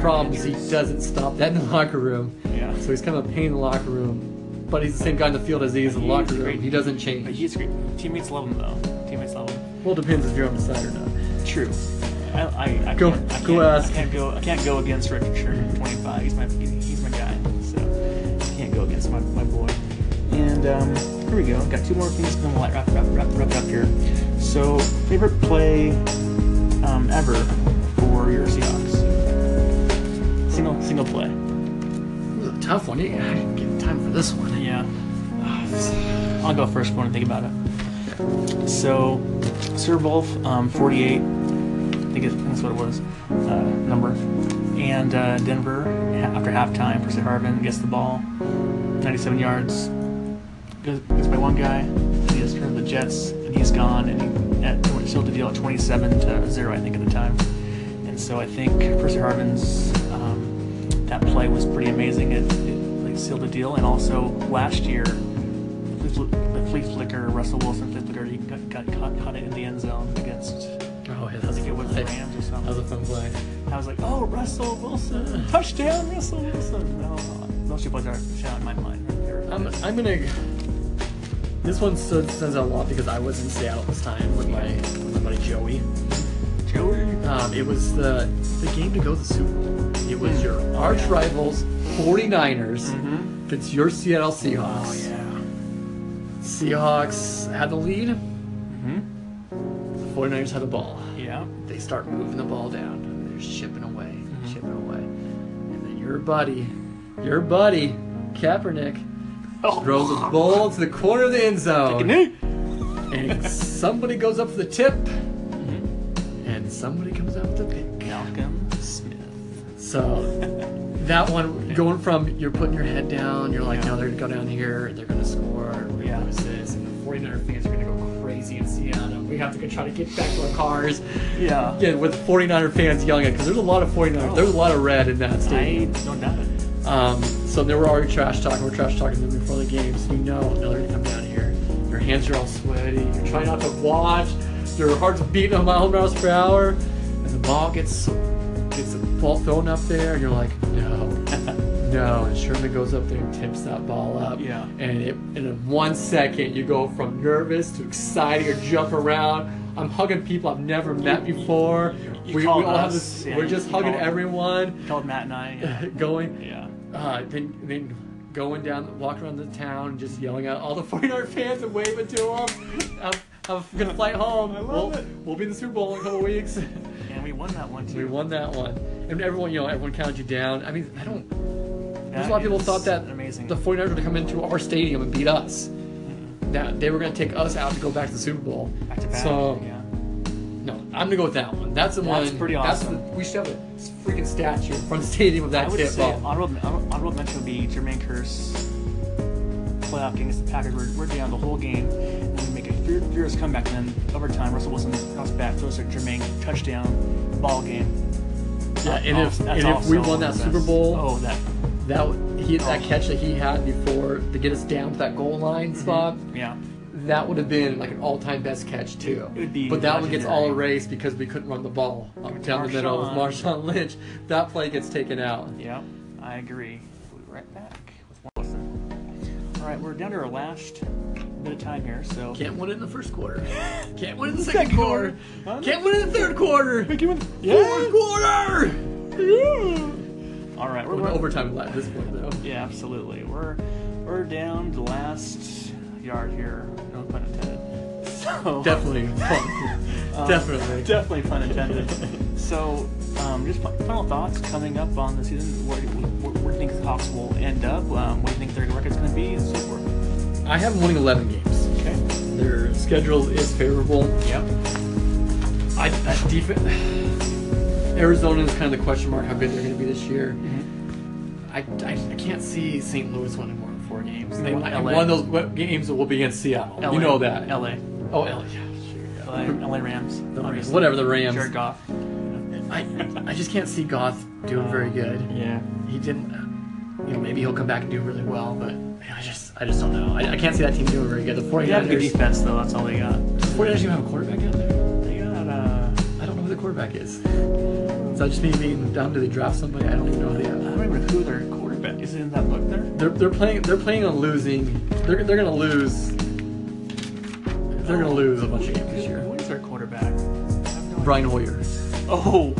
B: Problem is he
A: Andrews.
B: doesn't stop that in the <laughs> locker room.
A: Yeah.
B: So he's kind of a pain in the locker room, but he's the same guy in the field as he is in the
A: He's
B: locker
A: great.
B: room. He doesn't
A: But
B: change.
A: he's great. Teammates love him though. Teammates love him.
B: Well, it depends if you're on the side or not.
A: True. I, I, I
B: Go-
A: can't, I
B: go
A: can't,
B: ask.
A: I can't go. I can't go against Richard Sherman, 25. He's my he's my guy. So I can't go against my, my boy. And um, here we go. Got two more things. Then we'll wrap wrap wrap wrap it up here. So favorite play um, ever for your Seahawks? Single single play.
B: This is a tough one. You I didn't get time for this one. Oh,
A: Yeah. I'll go first one and think about it. So, Sir Wolf, um, 48, I think it's- I think that's what it was, uh, number. And uh, Denver, ha- after halftime, Percy Harvin gets the ball, 97 yards, goes, goes by one guy, and he has turned the Jets, and he's gone, and he at, sealed the deal at 27 to 0, I think, at the time. And so I think Percy Harvin's um, that play was pretty amazing. It, it like, sealed the deal, and also last year, the fl- the flea flicker, Russell Wilson flea flicker, he got, got caught, caught it in the end zone against.
B: Oh, yeah, that was
A: I think it
B: a fun
A: was the Rams or
B: play. That was a
A: something.
B: fun play.
A: I was like, oh, Russell Wilson, touchdown, Russell Wilson. No, those two plays are shot in my mind.
B: I'm, I'm gonna. This one stood, stands out a lot because I was in Seattle at this time with my with my buddy Joey.
A: Joey.
B: Um, it was the the game to go to the Super Bowl. It was your
A: Oh,
B: arch
A: yeah.
B: rivals, 49ers.
A: Mhm.
B: It's your Seattle Seahawks.
A: Oh yeah.
B: Seahawks had the lead.
A: Mhm.
B: The 49ers had the ball.
A: Yeah.
B: They start moving the ball down. And they're shipping away,
A: Mm-hmm.
B: shipping away. And then your buddy, your buddy, Kaepernick,
A: Oh,
B: throws a ball to the corner of the end zone. and somebody goes up for the tip, and somebody comes out with the pick.
A: Malcolm Smith.
B: So that one, going from you're putting your head down, you're like, no, they're gonna go down here, they're gonna score, we're gonna
A: Yeah.
B: lose this, and the 49er fans are gonna go crazy in Seattle. We have to go try to get back to our cars.
A: Yeah.
B: Again, with 49er fans yelling at, because there's a lot of 49ers, there's a lot of red in that
A: I
B: stadium.
A: don't doubt it.
B: Um, so they were already trash talking. We're trash talking them before the game. So you know, now they're gonna come down here. Your hands are all sweaty. You're trying not to watch. Your heart's beating a mile miles per hour, and the ball gets gets the ball thrown up there, and you're like, no, <laughs> no. And Sherman goes up there and tips that ball up.
A: Yeah.
B: And it, and in one second, you go from nervous to excited. You jump around. I'm hugging people I've never met before.
A: you
B: we, we
A: called
B: all have
A: us,
B: this.
A: yeah,
B: we're
A: you-
B: just
A: you
B: hugging
A: called-
B: everyone, <laughs>
A: Called Matt and I. Yeah.
B: going
A: yeah.
B: uh, then then going down, walking around the town, and just yelling at all the <laughs> 49 fans and waving to them. I'm, I'm gonna fly home.
A: I love
B: we'll,
A: it.
B: we'll be in the Super Bowl in a couple weeks. <laughs>
A: And we won that one too.
B: we won that one, and everyone, you know, everyone counted you down. I mean, I don't. There's
A: That
B: a lot of people
A: is
B: thought that
A: amazing.
B: the 49ers were gonna come into our stadium and beat us. That they were gonna take us out to go back to the Super Bowl.
A: back to back.
B: So
A: yeah.
B: no, I'm gonna go with that one. That's the
A: That's
B: one.
A: pretty
B: the-
A: awesome.
B: we should have a freaking statue in front of the stadium of
A: I
B: that
A: would
B: tip
A: say
B: ball.
A: honorable, honorable mention would be Jermaine Curse playoff game against the Packers. We're, we're down the whole game, and we make a fear- furious comeback. And then overtime, Russell Wilson comes back, throws a Jermaine touchdown, ball game.
B: Yeah, and if,
A: That's
B: and if we
A: also
B: won that
A: the
B: Super
A: best.
B: Bowl,
A: oh that
B: that he that catch that he had before to get us down to that goal
A: Mm-hmm.
B: line spot,
A: yeah,
B: that would have been like an all-time best catch too.
A: It would be
B: but that one gets all
A: legendary.
B: erased because we couldn't run the ball up
A: With
B: down the middle with
A: Marshawn.
B: Marshawn Lynch. That play gets taken out.
A: yeah, I agree. We'll be right back with Wilson. All right, we're down to our last bit of time here, so.
B: Can't win it in the first quarter.
A: <laughs>
B: Can't win it in the
A: Second
B: second quarter.
A: quarter.
B: Can't win it in the third quarter. Fourth
A: Yeah.
B: quarter.
A: All right, we're,
B: We're in
A: we're
B: overtime at this point though.
A: Yeah, absolutely. We're we're down to the last yard here. No pun intended. <laughs> So um,
B: Definitely.
A: <laughs> Uh,
B: Definitely.
A: definitely pun intended. so, um, just fi- final thoughts coming up on the season. Where, where, where do you think the Hawks will end up? Um, what do you think their record's going to be, and so forth?
B: I have them winning 11 games.
A: Okay.
B: Their schedule is favorable.
A: Yep.
B: I, that defense. Arizona is kind of the question mark how good they're going to be this year. I, I, I can't see St. Louis winning more than four games. They
A: Well,
B: might,
A: LA.
B: One of those wet games will be against Seattle.
A: LA,
B: You know that.
A: LA.
B: Oh, LA. Yeah, sure, yeah.
A: LA, LA Rams. obviously.
B: whatever, the Rams.
A: Jared Goff.
B: I, I just can't see Goth doing very good.
A: Yeah.
B: He didn't. You know, maybe he'll come back and do really well, but I just I just don't know. I, I can't see that team doing very good. The
A: They have good
B: 49ers.
A: defense, though. That's all they got.
B: The 49ers even have a quarterback out there.
A: They got uh.
B: I don't know who the quarterback is. So I just mean being dumb. Do they draft somebody? I don't even know who they
A: I
B: have.
A: don't even know who their quarterback is in that book there.
B: They're, they're playing. They're playing on losing. They're, they're gonna lose. They're gonna lose a bunch of games this year.
A: Who is their quarterback? I have no
B: Brian Hoyer.
A: idea. Oh,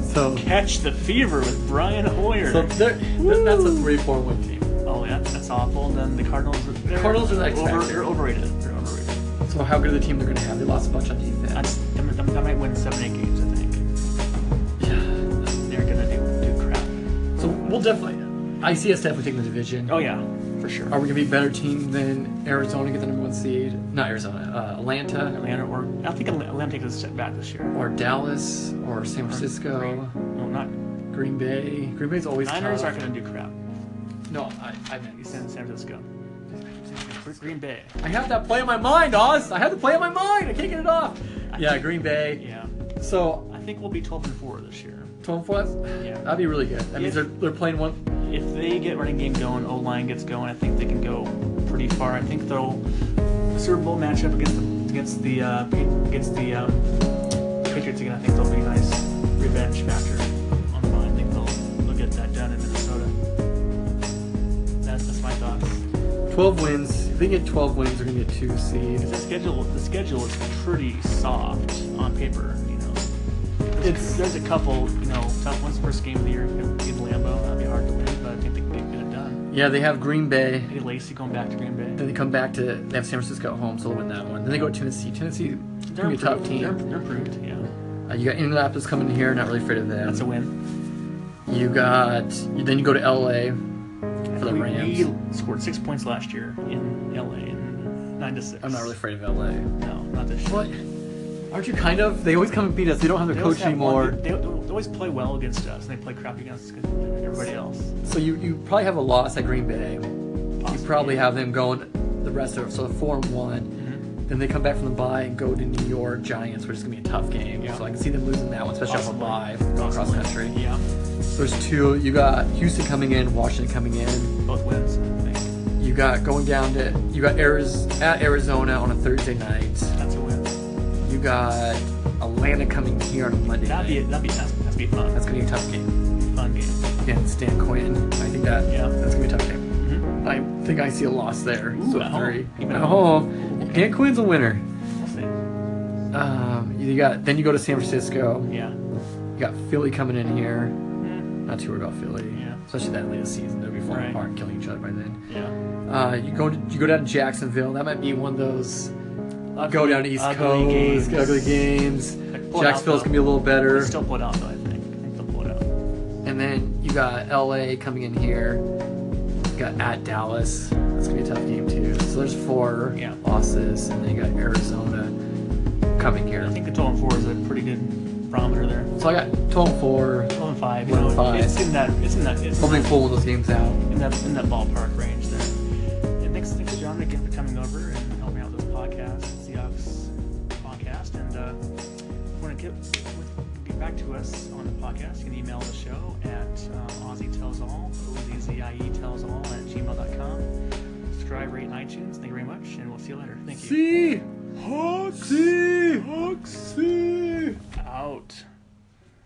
B: So
A: catch the fever with Brian Hoyer.
B: so they're, th- that's a three four win team.
A: oh yeah, that's awful. And then the Cardinals. The
B: Cardinals are the X
A: over,
B: factor.
A: They're overrated. They're overrated.
B: So how good of a team they're gonna have? They lost a bunch on defense.
A: That's, I mean, that might win seven, eight games. I think
B: Yeah.
A: they're gonna do do crap.
B: So we'll definitely. I see us definitely taking the division.
A: Oh yeah, for sure.
B: Are we gonna be a better team than Arizona? Get the number one seed? Not Arizona. Uh, Atlanta
A: Atlanta or I think Atl- Atlanta takes a step back this year.
B: or Dallas or San Francisco.
A: No, not
B: Green Bay. Green Bay's always
A: Niners
B: tough.
A: aren't gonna do crap.
B: No, I, I meant
A: You said San Francisco. Green Bay.
B: I have that play in my mind, Oz. I have the play in my mind. I can't get it off. Yeah, Green Bay.
A: Yeah,
B: So
A: I think we'll be 12 and four this year.
B: 12 plus.
A: Yeah.
B: That'd be really good. That means
A: Yeah.
B: they're, they're playing one.
A: if they get running game going, O line gets going, I think they can go pretty far. I think they'll Super Bowl matchup against the against the uh, Pa- against the um, Patriots again. I think they'll be a nice revenge factor on the line. I think they'll they'll get that done in Minnesota. That's that's my thoughts.
B: 12 wins. If they get 12 wins, they're gonna get two seed.
A: The schedule the schedule is pretty soft on paper. You know, there's,
B: It's-
A: there's a couple you know tough ones. First game of the year in in Lambeau, that'd be hard to win, but I think they can get it done.
B: Yeah, they have Green Bay.
A: Eddie Lacy going back to Green Bay.
B: Then they come back to they have San Francisco at home, so they'll win that one. Then they go to Tennessee. Tennessee,
A: They're
B: gonna be a tough
A: improved. They're,
B: team.
A: they're improved, yeah.
B: Uh, you got Indianapolis coming here, not really afraid of them.
A: That's a win.
B: You got then you go to LA for the
A: we,
B: Rams.
A: we scored six points last year in LA and nine to six.
B: I'm not really afraid of LA.
A: No, not this year.
B: What? Aren't you kind of? They always come and beat us. They don't have their
A: They always
B: coach
A: have one-
B: anymore.
A: they, they always play well against us, and they play crap against everybody else.
B: So you, you probably have a loss at Green Bay. You
A: Possibly.
B: probably have them going the rest of so four and one.
A: Mm-hmm.
B: Then they come back from the bye and go to New York Giants, which is gonna be a tough game.
A: Yeah.
B: So I can see them losing that one, especially off a
A: Possibly.
B: bye, going cross
A: Possibly.
B: country.
A: Yeah,
B: So there's two. You got Houston coming in, Washington coming in.
A: both wins. I think
B: You got going down to you got Ariz at Arizona on a Thursday night.
A: that's a win.
B: You got Atlanta coming here on a Monday
A: That'd be
B: night.
A: that'd be that's, that'd be fun.
B: That's gonna be a tough game.
A: a fun game.
B: Yeah, it's Dan Quinn. I think that
A: Yeah.
B: that's gonna be a tough game.
A: Mhm.
B: I think I see a loss there.
A: Ooh,
B: so
A: at
B: three.
A: home. Even
B: at
A: at
B: home. Dan Quinn's a winner.
A: We'll see.
B: Um, you got then you go to San Francisco.
A: Yeah,
B: You got Philly coming in here.
A: Mm,
B: Not too worried about Philly,
A: Yeah.
B: especially that late season. They'll be falling
A: Right.
B: apart, and killing each other by then.
A: yeah.
B: Uh, you go to, you go down to Jacksonville. That might be one of those go
A: Ugly-
B: down to East
A: ugly
B: Coast
A: games.
B: ugly games.
A: Like, pull it out,
B: Jacksonville's
A: though.
B: gonna be a little better.
A: They still pull it out though. I think. I think they'll pull it out.
B: And then you got LA coming in here. You got at Dallas. That's gonna be a tough game too. So there's four
A: Yeah.
B: losses, and then you got Arizona coming
A: I
B: here.
A: think the 12 and 4 is a pretty good barometer there.
B: So I got 12 4.
A: 12 and 5, you
B: One and
A: know,
B: five.
A: it's in that it's in that it's in
B: Hopefully,
A: that,
B: pull one of those games out.
A: in that in that ballpark range there. And thanks, thanks to John again for coming over and helping out with this podcast, Seahawks podcast. And uh, if you want to get get back to us on the podcast, you can email the show at um, Aussie Tells All, O Z Z I E Tells All at gmail.com. Subscribe, rate, and iTunes. Thank you very much, and we'll see you later. Thank you.
B: See! Hawks! See! Hawks! See!
A: Out.